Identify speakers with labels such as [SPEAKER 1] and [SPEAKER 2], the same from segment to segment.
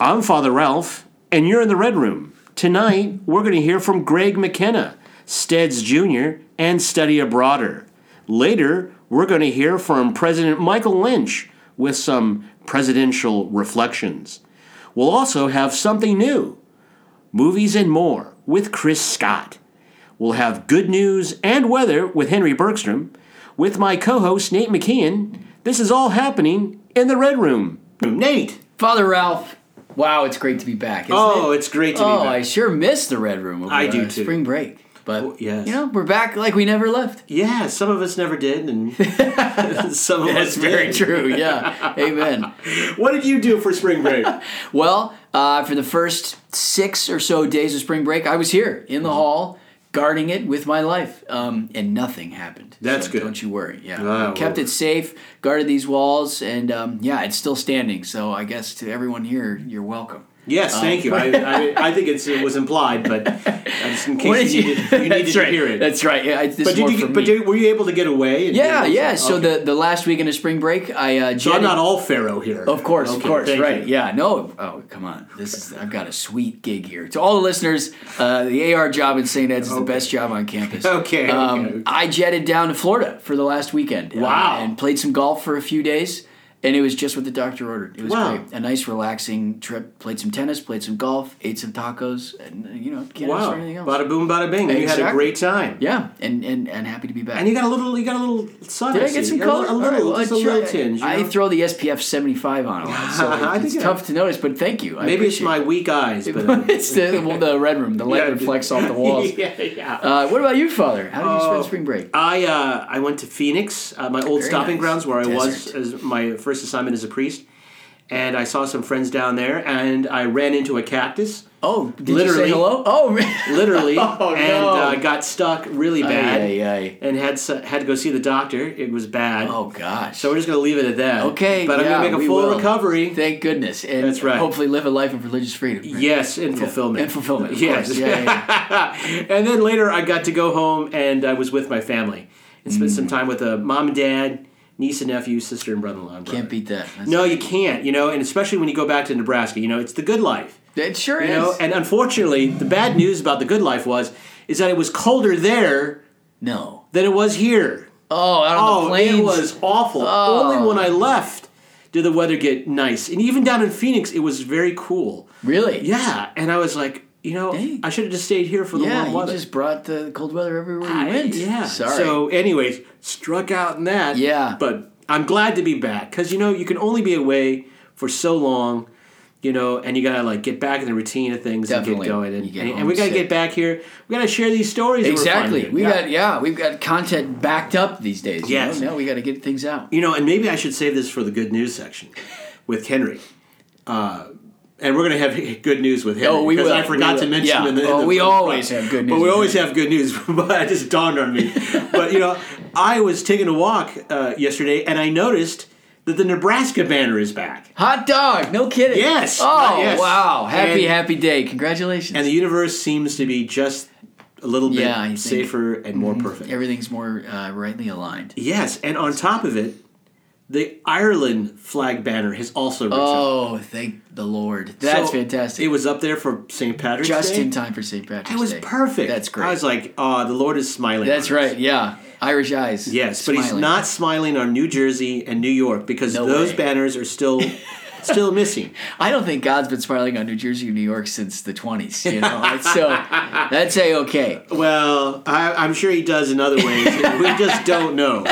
[SPEAKER 1] I'm Father Ralph, and you're in the Red Room. Tonight, we're going to hear from Greg McKenna, Steds Jr., and Study Abroader. Later, we're going to hear from President Michael Lynch with some presidential reflections. We'll also have something new movies and more with Chris Scott. We'll have good news and weather with Henry Bergstrom. With my co host, Nate McKeon, this is all happening in the Red Room. Nate!
[SPEAKER 2] Father Ralph, wow, it's great to be back. Isn't
[SPEAKER 3] Oh,
[SPEAKER 2] it?
[SPEAKER 3] it's great to
[SPEAKER 2] oh,
[SPEAKER 3] be back.
[SPEAKER 2] I sure missed the Red Room. Over,
[SPEAKER 3] I do
[SPEAKER 2] uh,
[SPEAKER 3] too.
[SPEAKER 2] Spring break, but
[SPEAKER 3] Oh, yes.
[SPEAKER 2] you know we're back like we never left.
[SPEAKER 3] yeah, some of us never did, and some of us
[SPEAKER 2] That's very
[SPEAKER 3] did.
[SPEAKER 2] true. Yeah, amen.
[SPEAKER 3] What did you do for spring break?
[SPEAKER 2] Well, uh, for the first six or so days of spring break, I was here in the hall guarding it with my life, um, and nothing happened.
[SPEAKER 3] That's
[SPEAKER 2] So
[SPEAKER 3] good.
[SPEAKER 2] Don't you worry. Yeah,
[SPEAKER 3] Ah,
[SPEAKER 2] I kept
[SPEAKER 3] well.
[SPEAKER 2] it safe, guarded these walls, and um, yeah, it's still standing. So I guess to everyone here, you're welcome.
[SPEAKER 3] yes, thank you. I, I, I think it's, it was implied, but just in
[SPEAKER 2] What
[SPEAKER 3] case
[SPEAKER 2] did
[SPEAKER 3] you, needed, you
[SPEAKER 2] That's
[SPEAKER 3] needed to
[SPEAKER 2] right.
[SPEAKER 3] hear it.
[SPEAKER 2] That's right. Yeah, I- this
[SPEAKER 3] but
[SPEAKER 2] is
[SPEAKER 3] did
[SPEAKER 2] more
[SPEAKER 3] you,
[SPEAKER 2] for
[SPEAKER 3] get- but
[SPEAKER 2] me.
[SPEAKER 3] did, were you able to get away? and-
[SPEAKER 2] Yeah,
[SPEAKER 3] and-
[SPEAKER 2] yeah. So
[SPEAKER 3] okay.
[SPEAKER 2] the the last weekend of spring break, I uh,
[SPEAKER 3] so I'm
[SPEAKER 2] jetted-
[SPEAKER 3] not all Pharaoh here.
[SPEAKER 2] Of course, of
[SPEAKER 3] Okay,
[SPEAKER 2] course,
[SPEAKER 3] thank
[SPEAKER 2] right?
[SPEAKER 3] you.
[SPEAKER 2] Yeah, no. Oh, come on. This is I've got a sweet gig here. To all the listeners, uh, the AR job at St. Ed's is the best job on campus.
[SPEAKER 3] Okay,
[SPEAKER 2] Um,
[SPEAKER 3] okay.
[SPEAKER 2] I jetted down to Florida for the last weekend. uh,
[SPEAKER 3] Wow.
[SPEAKER 2] and played some golf for a few days, and it was just what the doctor ordered. It was
[SPEAKER 3] Wow.
[SPEAKER 2] great. A nice, relaxing trip. Played some tennis, played some golf, ate some tacos, and uh, you know, can't ask
[SPEAKER 3] Wow.
[SPEAKER 2] for anything else.
[SPEAKER 3] Bada boom, bada bing. You had a
[SPEAKER 2] Exactly.
[SPEAKER 3] great time.
[SPEAKER 2] yeah, and, and and happy to be back.
[SPEAKER 3] And you got a little, you got a little sun.
[SPEAKER 2] Did
[SPEAKER 3] I
[SPEAKER 2] I get
[SPEAKER 3] see.
[SPEAKER 2] some
[SPEAKER 3] You got
[SPEAKER 2] color?
[SPEAKER 3] A
[SPEAKER 2] All right,
[SPEAKER 3] little,
[SPEAKER 2] well,
[SPEAKER 3] just a
[SPEAKER 2] I try-
[SPEAKER 3] little tinge. you
[SPEAKER 2] I
[SPEAKER 3] know?
[SPEAKER 2] throw the SPF 75 on a lot, so
[SPEAKER 3] I
[SPEAKER 2] it's
[SPEAKER 3] think I-
[SPEAKER 2] tough to notice. But thank you. I
[SPEAKER 3] Maybe it's
[SPEAKER 2] appreciate
[SPEAKER 3] my
[SPEAKER 2] it.
[SPEAKER 3] weak eyes, but
[SPEAKER 2] it's the, well, the red room. The light
[SPEAKER 3] Yeah.
[SPEAKER 2] reflects off the walls.
[SPEAKER 3] yeah, yeah.
[SPEAKER 2] Uh, what about you, Father? How did you
[SPEAKER 3] Oh.
[SPEAKER 2] spend spring break?
[SPEAKER 3] I uh, I went to Phoenix, uh, my old
[SPEAKER 2] Very
[SPEAKER 3] stopping
[SPEAKER 2] nice.
[SPEAKER 3] grounds, where I
[SPEAKER 2] Desert.
[SPEAKER 3] was as my first assignment as a priest, and I saw some friends down there, and I ran into a cactus,
[SPEAKER 2] Oh, did you
[SPEAKER 3] Literally.
[SPEAKER 2] say hello? Oh, man.
[SPEAKER 3] literally,
[SPEAKER 2] Oh,
[SPEAKER 3] and
[SPEAKER 2] no.
[SPEAKER 3] uh, got stuck really bad,
[SPEAKER 2] Ay, ay, ay.
[SPEAKER 3] and had s- had to go see the doctor. It was bad,
[SPEAKER 2] oh gosh.
[SPEAKER 3] so we're just gonna leave it at that.
[SPEAKER 2] okay,
[SPEAKER 3] but I'm
[SPEAKER 2] yeah,
[SPEAKER 3] gonna make a
[SPEAKER 2] we
[SPEAKER 3] full
[SPEAKER 2] will.
[SPEAKER 3] recovery.
[SPEAKER 2] Thank goodness, and
[SPEAKER 3] That's right.
[SPEAKER 2] Hopefully, live a life of religious freedom. right?
[SPEAKER 3] Yes, in fulfillment.
[SPEAKER 2] and fulfillment. Of
[SPEAKER 3] Yes.
[SPEAKER 2] course. Yeah, yeah,
[SPEAKER 3] and then later I got to go home and I was with my family and spent
[SPEAKER 2] Mm.
[SPEAKER 3] some time with a mom and dad, niece and nephew, sister and brother-in-law. And
[SPEAKER 2] yeah. Can't beat that. That's-
[SPEAKER 3] No, you can't. You know, and especially when you go back to Nebraska, you know, it's the good life.
[SPEAKER 2] It sure
[SPEAKER 3] You
[SPEAKER 2] is.
[SPEAKER 3] know, and unfortunately, the bad news about the good life was is that it was colder there
[SPEAKER 2] no.
[SPEAKER 3] than it was here.
[SPEAKER 2] Oh, out on the
[SPEAKER 3] Oh,
[SPEAKER 2] plains.
[SPEAKER 3] it was awful. Only when I left did the weather get nice. And even down in Phoenix, it was very cool.
[SPEAKER 2] really.
[SPEAKER 3] Yeah, and I was like, you know,
[SPEAKER 2] Dang.
[SPEAKER 3] I should have just stayed here for the
[SPEAKER 2] Yeah,
[SPEAKER 3] warm
[SPEAKER 2] you
[SPEAKER 3] weather.
[SPEAKER 2] just brought the cold weather everywhere you
[SPEAKER 3] I-
[SPEAKER 2] went.
[SPEAKER 3] Yeah.
[SPEAKER 2] Sorry.
[SPEAKER 3] So, anyways, struck out in that.
[SPEAKER 2] Yeah.
[SPEAKER 3] But I'm glad to be back because you know you can only be away for so long, you know, and you gotta like get back in the routine of things
[SPEAKER 2] Definitely.
[SPEAKER 3] and get going. And,
[SPEAKER 2] You get
[SPEAKER 3] and, and we gotta
[SPEAKER 2] homesick.
[SPEAKER 3] get back here. We gotta share these stories. that we're
[SPEAKER 2] exactly.
[SPEAKER 3] finding.
[SPEAKER 2] We
[SPEAKER 3] Yeah.
[SPEAKER 2] got yeah, we've got content backed up these days. You
[SPEAKER 3] Yes.
[SPEAKER 2] know? Now we got to get things out.
[SPEAKER 3] You know, and maybe I should save this for the good news section with Henry. Uh, and we're going to have good news with Henry.
[SPEAKER 2] Oh, we
[SPEAKER 3] because
[SPEAKER 2] will.
[SPEAKER 3] I forgot
[SPEAKER 2] We
[SPEAKER 3] to
[SPEAKER 2] will.
[SPEAKER 3] mention
[SPEAKER 2] Yeah.
[SPEAKER 3] in the, in
[SPEAKER 2] Oh,
[SPEAKER 3] the
[SPEAKER 2] we
[SPEAKER 3] first
[SPEAKER 2] always
[SPEAKER 3] part.
[SPEAKER 2] have good
[SPEAKER 3] But
[SPEAKER 2] news
[SPEAKER 3] we
[SPEAKER 2] with
[SPEAKER 3] always have good news. but it just dawned on me. but, you know, I was taking a walk uh, yesterday and I noticed that the Nebraska banner is back.
[SPEAKER 2] Hot dog, no kidding.
[SPEAKER 3] Yes.
[SPEAKER 2] Oh
[SPEAKER 3] Yes.
[SPEAKER 2] wow, happy
[SPEAKER 3] And-
[SPEAKER 2] happy day. Congratulations.
[SPEAKER 3] And the universe seems to be just a little bit
[SPEAKER 2] Yeah, I think- Mm-hmm.
[SPEAKER 3] safer and more perfect.
[SPEAKER 2] Everything's more uh, rightly aligned.
[SPEAKER 3] Yes, and on top of it, the Ireland flag banner has also returned.
[SPEAKER 2] Oh, thank the Lord. That's
[SPEAKER 3] So,
[SPEAKER 2] fantastic.
[SPEAKER 3] It was up there for St. Patrick's
[SPEAKER 2] just
[SPEAKER 3] Day.
[SPEAKER 2] in time for St. Patrick's
[SPEAKER 3] It was
[SPEAKER 2] Day.
[SPEAKER 3] perfect.
[SPEAKER 2] That's great.
[SPEAKER 3] I was like, oh, the Lord is smiling.
[SPEAKER 2] That's
[SPEAKER 3] on us."
[SPEAKER 2] right. Yeah, Irish eyes.
[SPEAKER 3] Yes, but he's
[SPEAKER 2] smiling.
[SPEAKER 3] not smiling on New Jersey and New York because
[SPEAKER 2] No
[SPEAKER 3] those
[SPEAKER 2] way.
[SPEAKER 3] banners are still still missing.
[SPEAKER 2] I don't think God's been smiling on New Jersey and New York since the 20s. You know, Like, so that's a okay.
[SPEAKER 3] Well, I, I'm sure he does in other ways. we just don't know.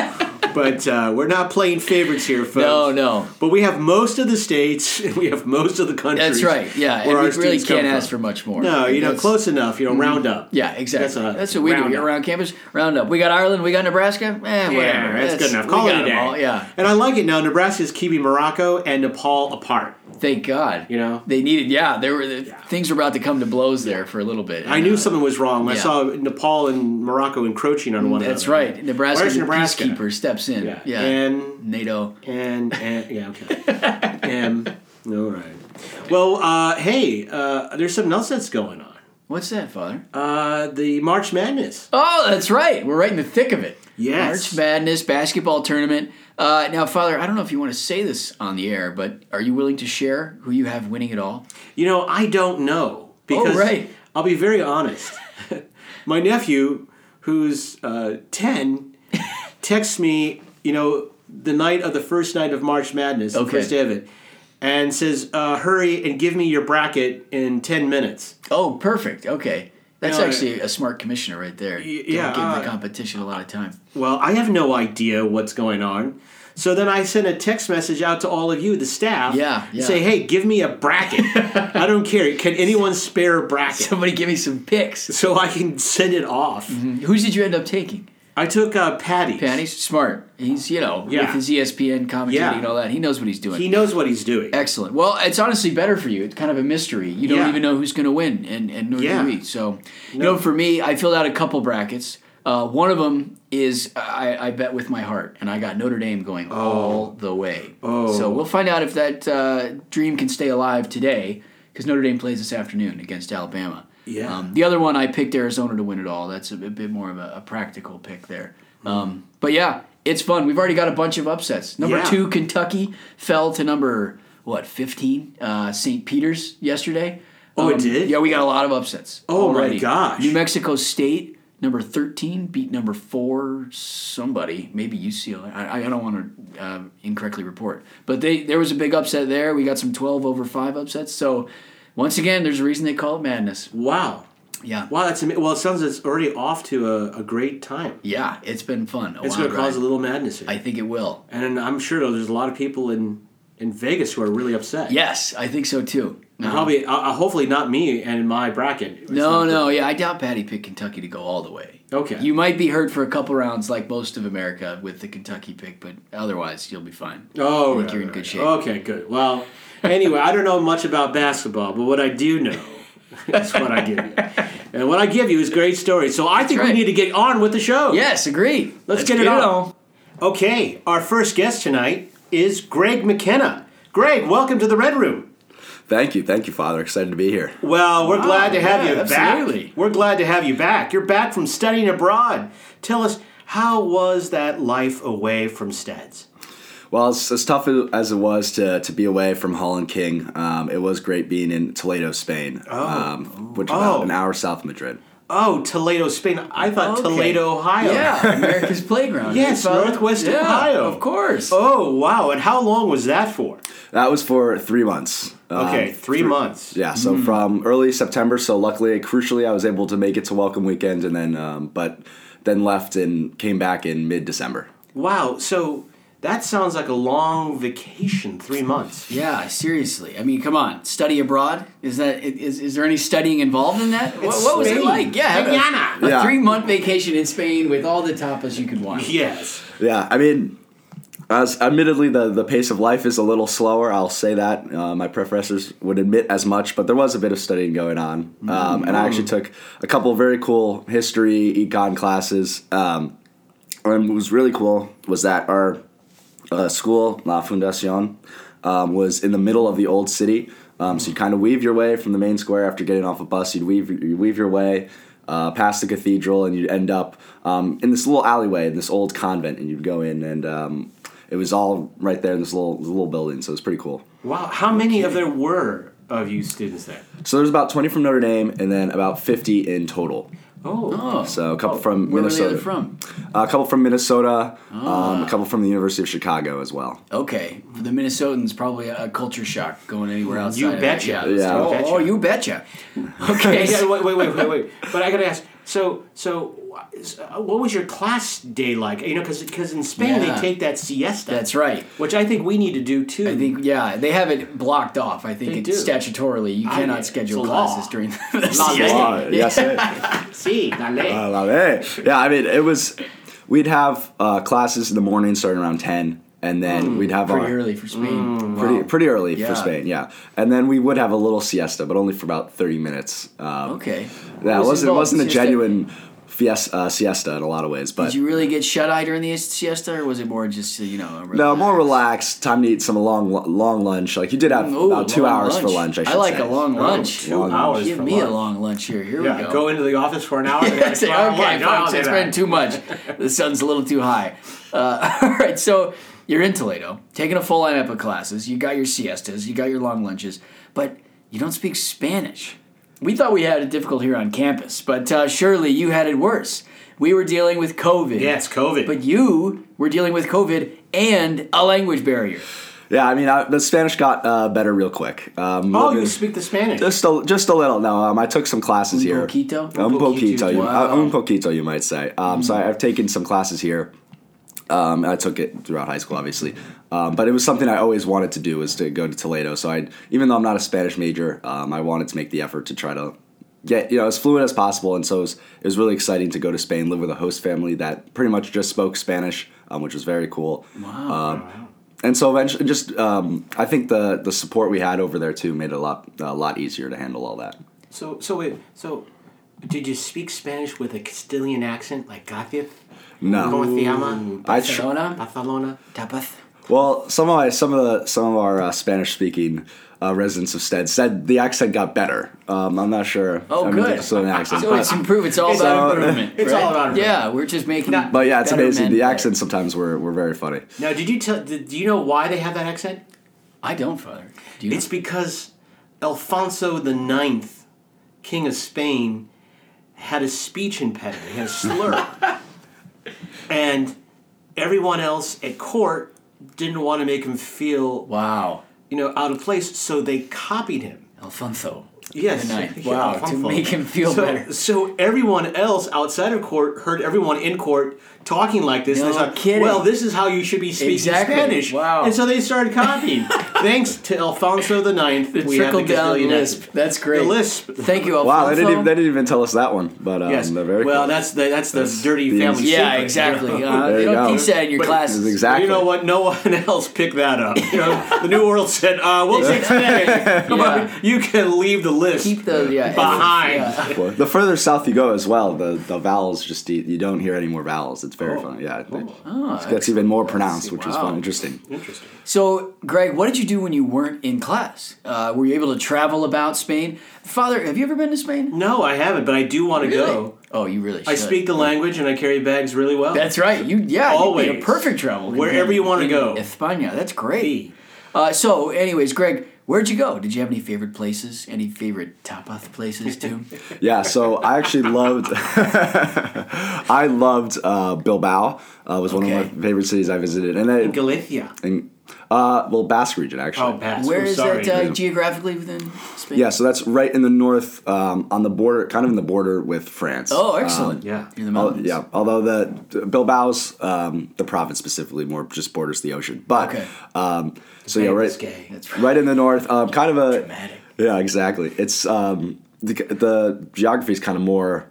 [SPEAKER 3] But uh, we're not playing favorites here, folks.
[SPEAKER 2] No, no.
[SPEAKER 3] But we have most of the states, and we have most of the countries.
[SPEAKER 2] That's right. Yeah,
[SPEAKER 3] where
[SPEAKER 2] and we
[SPEAKER 3] our
[SPEAKER 2] really
[SPEAKER 3] students come
[SPEAKER 2] can't
[SPEAKER 3] from.
[SPEAKER 2] ask for Mm-hmm. much more.
[SPEAKER 3] No, you know,
[SPEAKER 2] That's-
[SPEAKER 3] close enough. You know, round up.
[SPEAKER 2] Yeah, exactly.
[SPEAKER 3] That's
[SPEAKER 2] That's,
[SPEAKER 3] what I-
[SPEAKER 2] what we do
[SPEAKER 3] round
[SPEAKER 2] here
[SPEAKER 3] up.
[SPEAKER 2] around campus. Round up. We got Ireland. We got Nebraska. Eh, whatever.
[SPEAKER 3] Yeah, that's, good enough.
[SPEAKER 2] we
[SPEAKER 3] Call it
[SPEAKER 2] got
[SPEAKER 3] a
[SPEAKER 2] 'em
[SPEAKER 3] day.
[SPEAKER 2] all, Yeah.
[SPEAKER 3] And I like it now. Nebraska's keeping Morocco and Nepal apart.
[SPEAKER 2] Thank God.
[SPEAKER 3] You know?
[SPEAKER 2] they needed. Yeah, there were the, things were about to come to blows there for a little bit.
[SPEAKER 3] I
[SPEAKER 2] And,
[SPEAKER 3] knew
[SPEAKER 2] uh,
[SPEAKER 3] something was wrong. when I
[SPEAKER 2] yeah.
[SPEAKER 3] saw Nepal and Morocco encroaching on one
[SPEAKER 2] That's
[SPEAKER 3] another.
[SPEAKER 2] right. Nebraska.
[SPEAKER 3] Where's
[SPEAKER 2] the
[SPEAKER 3] Nebraska?
[SPEAKER 2] Peacekeeper steps in. Yeah.
[SPEAKER 3] And
[SPEAKER 2] NATO.
[SPEAKER 3] and and yeah, okay. and all right. Well, uh, hey, uh, there's something else that's going on.
[SPEAKER 2] What's that, Father?
[SPEAKER 3] Uh, the March Madness.
[SPEAKER 2] Oh, that's right. We're right in the thick of it.
[SPEAKER 3] Yes.
[SPEAKER 2] March Madness basketball tournament. Uh, now, Father, I don't know if you want to say this on the air, but are you willing to share who you have winning it all?
[SPEAKER 3] You know, I don't know because
[SPEAKER 2] Oh, right.
[SPEAKER 3] I'll be very honest. My nephew, who's uh, ten, texts me. You know, the night of the first night of March Madness, the
[SPEAKER 2] Okay.
[SPEAKER 3] first day of it, and says, uh, "Hurry and give me your bracket in ten minutes."
[SPEAKER 2] Oh, perfect. Okay. That's
[SPEAKER 3] No, I-
[SPEAKER 2] actually a smart commissioner right there.
[SPEAKER 3] yeah,
[SPEAKER 2] Don't give
[SPEAKER 3] uh,
[SPEAKER 2] the competition a lot of time.
[SPEAKER 3] Well, I have no idea what's going on. So then I sent a text message out to all of you, the staff.
[SPEAKER 2] Yeah,
[SPEAKER 3] and
[SPEAKER 2] yeah.
[SPEAKER 3] Say, hey, give me a bracket. I don't care. Can anyone spare a bracket?
[SPEAKER 2] Somebody give me some picks.
[SPEAKER 3] So I can send it off.
[SPEAKER 2] Who did you end up taking?
[SPEAKER 3] I took uh, Patty.
[SPEAKER 2] Patty's smart. He's, you know,
[SPEAKER 3] Yeah.
[SPEAKER 2] with his E ESPN commentary
[SPEAKER 3] Yeah.
[SPEAKER 2] and all that, he knows what he's doing.
[SPEAKER 3] He knows what he's doing.
[SPEAKER 2] Excellent. Well, it's honestly better for you. It's kind of a mystery. You don't
[SPEAKER 3] Yeah.
[SPEAKER 2] even know who's going to win, and, and nor
[SPEAKER 3] Yeah.
[SPEAKER 2] do we. So, you know, for me, I filled out a couple brackets. Uh, one of them is I, I bet with my heart, and I got Notre Dame going
[SPEAKER 3] Oh.
[SPEAKER 2] all the way. Oh. So we'll find out if that uh, dream can stay alive today, because Notre Dame plays this afternoon against Alabama.
[SPEAKER 3] Yeah.
[SPEAKER 2] Um, the other one, I picked Arizona to win it all. That's a bit, bit more of a, a practical pick there.
[SPEAKER 3] Hmm.
[SPEAKER 2] Um, but yeah, it's fun. We've already got a bunch of upsets. Number
[SPEAKER 3] Yeah.
[SPEAKER 2] two, Kentucky fell to number what fifteen, uh, St. Peter's yesterday. Um,
[SPEAKER 3] Oh, it did?
[SPEAKER 2] Yeah, we got a lot of upsets.
[SPEAKER 3] Oh, my
[SPEAKER 2] already.
[SPEAKER 3] gosh.
[SPEAKER 2] New Mexico State number thirteen beat number four somebody, maybe UCLA. I, I don't want to uh, incorrectly report, but they there was a big upset there. We got some twelve over five upsets. So once again, there's a reason they call it madness.
[SPEAKER 3] Wow.
[SPEAKER 2] Yeah.
[SPEAKER 3] Wow, that's ama- well. It sounds it's already off to a, a great time.
[SPEAKER 2] Yeah, it's been fun. A
[SPEAKER 3] It's
[SPEAKER 2] wild
[SPEAKER 3] going to cause
[SPEAKER 2] ride.
[SPEAKER 3] a little madness here,
[SPEAKER 2] I think it will.
[SPEAKER 3] and I'm sure there's a lot of people in in Vegas who are really upset.
[SPEAKER 2] Yes, I think so too. No,
[SPEAKER 3] Probably, uh, uh, hopefully not me and my bracket. It's
[SPEAKER 2] no,
[SPEAKER 3] not
[SPEAKER 2] no, yeah, I doubt Patty picked Kentucky to go all the way.
[SPEAKER 3] Okay.
[SPEAKER 2] You might be hurt for a couple rounds, like most of America, with the Kentucky pick, but otherwise you'll be fine.
[SPEAKER 3] Oh,
[SPEAKER 2] I think
[SPEAKER 3] right,
[SPEAKER 2] you're in
[SPEAKER 3] right,
[SPEAKER 2] good
[SPEAKER 3] right.
[SPEAKER 2] shape.
[SPEAKER 3] Okay, good. Well, anyway, I don't know much about basketball, but what I do know is what I give you, and what I give you is great stories. So I think we
[SPEAKER 2] right.
[SPEAKER 3] need to get on with the show.
[SPEAKER 2] Yes, agreed.
[SPEAKER 3] Let's get it on. Okay, our first guest tonight is Greg McKenna. Greg, welcome to the Red Room.
[SPEAKER 4] Thank you, thank you, Father. Excited to be here.
[SPEAKER 3] Well, we're glad to have
[SPEAKER 2] yeah,
[SPEAKER 3] you
[SPEAKER 2] absolutely.
[SPEAKER 3] back. We're glad to have you back. You're back from studying abroad. Tell us how was that life away from Steds?
[SPEAKER 4] Well, as, as tough as it was to, to be away from Holland King, um, it was great being in Toledo, Spain, um, which is
[SPEAKER 3] Oh.
[SPEAKER 4] about an hour south of Madrid.
[SPEAKER 3] Oh, Toledo, Spain. I thought
[SPEAKER 2] Okay.
[SPEAKER 3] Toledo, Ohio.
[SPEAKER 2] Yeah, America's playground.
[SPEAKER 3] Yes,
[SPEAKER 2] Father.
[SPEAKER 3] Northwest
[SPEAKER 2] Yeah,
[SPEAKER 3] Ohio.
[SPEAKER 2] Of course.
[SPEAKER 3] Oh wow! And how long was that for?
[SPEAKER 4] That was for three months. Um,
[SPEAKER 3] Okay, Hmm. three months.
[SPEAKER 4] yeah, so from early September. So luckily, crucially, I was able to make it to Welcome Weekend, and then um, but then left and came back in mid December.
[SPEAKER 3] Wow. So that sounds like a long vacation. Three months.
[SPEAKER 2] Yeah, seriously. I mean, come on. Study abroad? Is that is, is there any studying involved in that? What, what was it
[SPEAKER 3] Spain.
[SPEAKER 2] like? Yeah, have
[SPEAKER 3] Guyana.
[SPEAKER 2] a,
[SPEAKER 4] Yeah.
[SPEAKER 2] three month vacation in Spain with all the tapas you could want.
[SPEAKER 3] Yes.
[SPEAKER 4] Yeah, I mean, as admittedly the the pace of life is a little slower. I'll say that uh, my professors would admit as much, but there was a bit of studying going on, um, and I actually took a couple very cool history econ classes. Um, and what was really cool was that our uh, school La Fundacion um, was in the middle of the old city. Um, so you kind of weave your way from the main square after getting off a bus. You'd weave you weave your way uh, past the cathedral, and you'd end up um, in this little alleyway in this old convent, and you'd go in, and um, it was all right there in this little this little building. So it was pretty cool.
[SPEAKER 3] Wow. How many of there were of you students there?
[SPEAKER 4] So there's about 20 from Notre Dame, and then about 50 in total.
[SPEAKER 3] Oh.
[SPEAKER 2] Oh,
[SPEAKER 4] So a couple from
[SPEAKER 2] where
[SPEAKER 4] Minnesota,
[SPEAKER 2] were they from? Ah.
[SPEAKER 4] a couple from Minnesota, um, a couple from the University of Chicago as well.
[SPEAKER 2] Okay, for the Minnesotans probably a culture shock going anywhere outside. of it.
[SPEAKER 3] betcha.
[SPEAKER 2] Yeah.
[SPEAKER 4] Yeah.
[SPEAKER 2] Oh,
[SPEAKER 4] You
[SPEAKER 3] betcha.
[SPEAKER 2] oh, you betcha. Okay.
[SPEAKER 3] Yeah, wait, wait, wait, wait, wait. But I gotta ask. So, so, wh- is- uh, what was your class day like? You know, because in Spain
[SPEAKER 2] Yeah.
[SPEAKER 3] they take that siesta.
[SPEAKER 2] That's right.
[SPEAKER 3] Which I think we need to do too.
[SPEAKER 2] I think yeah, they have it blocked off. I think
[SPEAKER 3] They
[SPEAKER 2] it's
[SPEAKER 3] do.
[SPEAKER 2] statutorily you
[SPEAKER 3] I-
[SPEAKER 2] cannot
[SPEAKER 3] it's a
[SPEAKER 2] schedule
[SPEAKER 3] law.
[SPEAKER 2] classes during the
[SPEAKER 3] Law.
[SPEAKER 2] siesta.
[SPEAKER 4] Wow, yes, eh?
[SPEAKER 3] See,
[SPEAKER 2] Uh,
[SPEAKER 3] la ley.
[SPEAKER 4] I love it. Yeah, I mean, it was. We'd have uh, classes in the morning starting around ten, and then we'd have
[SPEAKER 2] Hmm, Pretty
[SPEAKER 4] our
[SPEAKER 2] early for Spain.
[SPEAKER 3] Mm.
[SPEAKER 4] pretty pretty early
[SPEAKER 2] Yeah.
[SPEAKER 4] for Spain. Yeah, and then we would have a little siesta, but only for about thirty minutes. Um,
[SPEAKER 2] Okay. Oh, What
[SPEAKER 4] Yeah, it
[SPEAKER 2] was involved
[SPEAKER 4] wasn't it
[SPEAKER 2] in
[SPEAKER 4] wasn't a
[SPEAKER 2] siesta?
[SPEAKER 4] genuine fiesta, uh, siesta in a lot of ways. But
[SPEAKER 2] Did you really get shut eye during the siesta, or was it more just uh, you know? A
[SPEAKER 4] no, more relaxed. Time to eat some long, long lunch. Like you did have
[SPEAKER 2] Ooh,
[SPEAKER 4] about two
[SPEAKER 2] long
[SPEAKER 4] hours for lunch. I, should
[SPEAKER 2] like
[SPEAKER 4] say.
[SPEAKER 2] a long lunch.
[SPEAKER 3] Oh, two hours
[SPEAKER 2] Give
[SPEAKER 3] for
[SPEAKER 2] me a
[SPEAKER 3] lunch.
[SPEAKER 2] long lunch here. Here
[SPEAKER 3] Yeah,
[SPEAKER 2] we
[SPEAKER 3] go.
[SPEAKER 2] go.
[SPEAKER 3] into the office for an hour. and
[SPEAKER 2] I
[SPEAKER 3] then
[SPEAKER 2] say,
[SPEAKER 3] go out
[SPEAKER 2] okay,
[SPEAKER 3] lunch. I'll
[SPEAKER 2] folks,
[SPEAKER 3] do
[SPEAKER 2] it's
[SPEAKER 3] that.
[SPEAKER 2] been too much. The sun's a little too high. Uh, all right, so you're in Toledo, taking a full lineup of classes. You got your siestas, you got your long lunches, but you don't speak Spanish. We thought we had it difficult here on campus, but uh, surely you had it worse. We were dealing with COVID.
[SPEAKER 3] Yeah, it's COVID.
[SPEAKER 2] But you were dealing with COVID and a language barrier.
[SPEAKER 4] Yeah, I mean, I, the Spanish got uh, better real quick. Um,
[SPEAKER 3] oh,
[SPEAKER 4] living-
[SPEAKER 3] you speak the Spanish.
[SPEAKER 4] just a just a little. No, um, I took some classes here.
[SPEAKER 2] poquito?
[SPEAKER 4] un
[SPEAKER 3] Un
[SPEAKER 4] poquito,
[SPEAKER 3] poquito.
[SPEAKER 4] you,
[SPEAKER 2] Wow.
[SPEAKER 4] uh, un poquito, you might say. Um, So I, I've taken some classes here. Um, I took it throughout high school, obviously, um, but it was something I always wanted to do was to go to Toledo. So I, even though I'm not a Spanish major, um, I wanted to make the effort to try to get you know as fluent as possible. And so it was, it was really exciting to go to Spain, live with a host family that pretty much just spoke Spanish, um, which was very cool. Wow. Um, and so eventually, just um, I think the the support we had over there too made it a lot a lot easier to handle all that.
[SPEAKER 3] so, so wait, so did you speak Spanish with a Castilian accent like Gothic?
[SPEAKER 4] No,
[SPEAKER 3] ¿Cómo se llama?
[SPEAKER 4] I tr-
[SPEAKER 2] Barcelona?
[SPEAKER 3] Barcelona.
[SPEAKER 2] Mm. Tapas?
[SPEAKER 4] Well, some of my, some of the some of our uh, Spanish speaking uh, residents of Stead said the accent got better. Um, I'm not sure.
[SPEAKER 2] Oh,
[SPEAKER 4] I mean,
[SPEAKER 2] good.
[SPEAKER 4] the Sicilian accent,
[SPEAKER 2] So
[SPEAKER 4] but,
[SPEAKER 2] it's improve. It's all
[SPEAKER 3] It's
[SPEAKER 2] about
[SPEAKER 4] all-
[SPEAKER 2] improvement.
[SPEAKER 3] it's
[SPEAKER 2] right?
[SPEAKER 3] all about improvement.
[SPEAKER 2] Yeah, we're just making.
[SPEAKER 3] Not-
[SPEAKER 4] but yeah, it's
[SPEAKER 2] better
[SPEAKER 4] amazing.
[SPEAKER 2] men
[SPEAKER 4] The
[SPEAKER 2] better.
[SPEAKER 4] accents sometimes were, were very funny.
[SPEAKER 3] Now, did you tell? Did, do you know why they have that accent?
[SPEAKER 2] I don't, Father. Do you?
[SPEAKER 3] It's because Alfonso the Ninth, King of Spain, had a speech impediment. He had a slur, and everyone else at court didn't want to make him feel
[SPEAKER 2] wow,
[SPEAKER 3] you know out of place, so they copied him.
[SPEAKER 2] Alfonso.
[SPEAKER 3] Yes.
[SPEAKER 2] The ninth.
[SPEAKER 3] Yeah,
[SPEAKER 2] Wow, to
[SPEAKER 3] Alfonso.
[SPEAKER 2] make him feel
[SPEAKER 3] so,
[SPEAKER 2] better.
[SPEAKER 3] So everyone else outside of court heard everyone in court talking like this. and
[SPEAKER 2] No
[SPEAKER 3] they thought,
[SPEAKER 2] kidding.
[SPEAKER 3] Well, this is how you should be speaking
[SPEAKER 2] Exactly.
[SPEAKER 3] Spanish.
[SPEAKER 2] Wow.
[SPEAKER 3] And so they started copying. Thanks to Alfonso the Ninth, we have the
[SPEAKER 2] Trickle down
[SPEAKER 3] Castilian
[SPEAKER 2] lisp.
[SPEAKER 3] accent.
[SPEAKER 2] That's great.
[SPEAKER 3] The lisp.
[SPEAKER 2] Thank you, Alfonso.
[SPEAKER 4] Wow, they didn't even, they didn't even tell us that one. But um,
[SPEAKER 3] Yes.
[SPEAKER 4] they're very
[SPEAKER 3] well,
[SPEAKER 4] cool.
[SPEAKER 3] that's the that's the
[SPEAKER 4] That's
[SPEAKER 3] dirty
[SPEAKER 4] the-
[SPEAKER 3] family.
[SPEAKER 2] yeah,
[SPEAKER 3] secret.
[SPEAKER 2] exactly. Uh,
[SPEAKER 4] There
[SPEAKER 2] they
[SPEAKER 4] you
[SPEAKER 2] don't
[SPEAKER 4] go.
[SPEAKER 2] teach that in your
[SPEAKER 3] But-
[SPEAKER 2] classes.
[SPEAKER 4] This is exactly.
[SPEAKER 3] You know what? No one else picked that up. You know, the New World said, uh, "We'll take Spanish. Come on,
[SPEAKER 2] Yeah.
[SPEAKER 3] you can leave the list
[SPEAKER 2] Keep the yeah
[SPEAKER 3] behind."
[SPEAKER 4] Well, the further south you go as well, the, the vowels just you, you don't hear any more vowels. It's very funny. Yeah, it gets even more pronounced, which was
[SPEAKER 2] Oh. Wow.
[SPEAKER 4] fun, interesting.
[SPEAKER 3] Interesting.
[SPEAKER 2] So, Greg, what did you do when you weren't in class? Uh, were you able to travel about Spain? Father, have you ever been to Spain?
[SPEAKER 3] No, I haven't, but I do want to
[SPEAKER 2] Really?
[SPEAKER 3] go.
[SPEAKER 2] Oh, you really. Should.
[SPEAKER 3] I speak the language and I carry bags really well.
[SPEAKER 2] That's right. You yeah. You'd be a
[SPEAKER 3] Always.
[SPEAKER 2] perfect travel
[SPEAKER 3] Wherever you wanna
[SPEAKER 2] in
[SPEAKER 3] go.
[SPEAKER 2] España. That's great.
[SPEAKER 3] Be.
[SPEAKER 2] Uh, so, anyways, Greg, where'd you go? Did you have any favorite places? Any favorite tapas places too?
[SPEAKER 4] Yeah, so I actually loved, I loved uh, Bilbao. Uh, was one
[SPEAKER 2] Okay.
[SPEAKER 4] of my favorite cities I visited, and then
[SPEAKER 3] Galicia.
[SPEAKER 4] in, uh, well, Basque region actually.
[SPEAKER 3] Oh, pass.
[SPEAKER 2] Where
[SPEAKER 3] I'm
[SPEAKER 2] is
[SPEAKER 3] sorry.
[SPEAKER 2] that uh, geographically within Spain?
[SPEAKER 4] Yeah, so that's right in the north, um, on the border, kind of in the border with France.
[SPEAKER 2] Oh, excellent.
[SPEAKER 3] Um, yeah.
[SPEAKER 2] In the
[SPEAKER 4] Al-
[SPEAKER 2] mountains.
[SPEAKER 4] yeah, although the Bilbao's um, the province specifically more just borders the ocean, but
[SPEAKER 2] Okay.
[SPEAKER 4] um, so yeah,
[SPEAKER 3] It's
[SPEAKER 4] right,
[SPEAKER 3] gay.
[SPEAKER 2] That's right.
[SPEAKER 4] right in the north, um, kind of a
[SPEAKER 2] Dramatic.
[SPEAKER 4] yeah, exactly. It's um, the, the geography is kind of more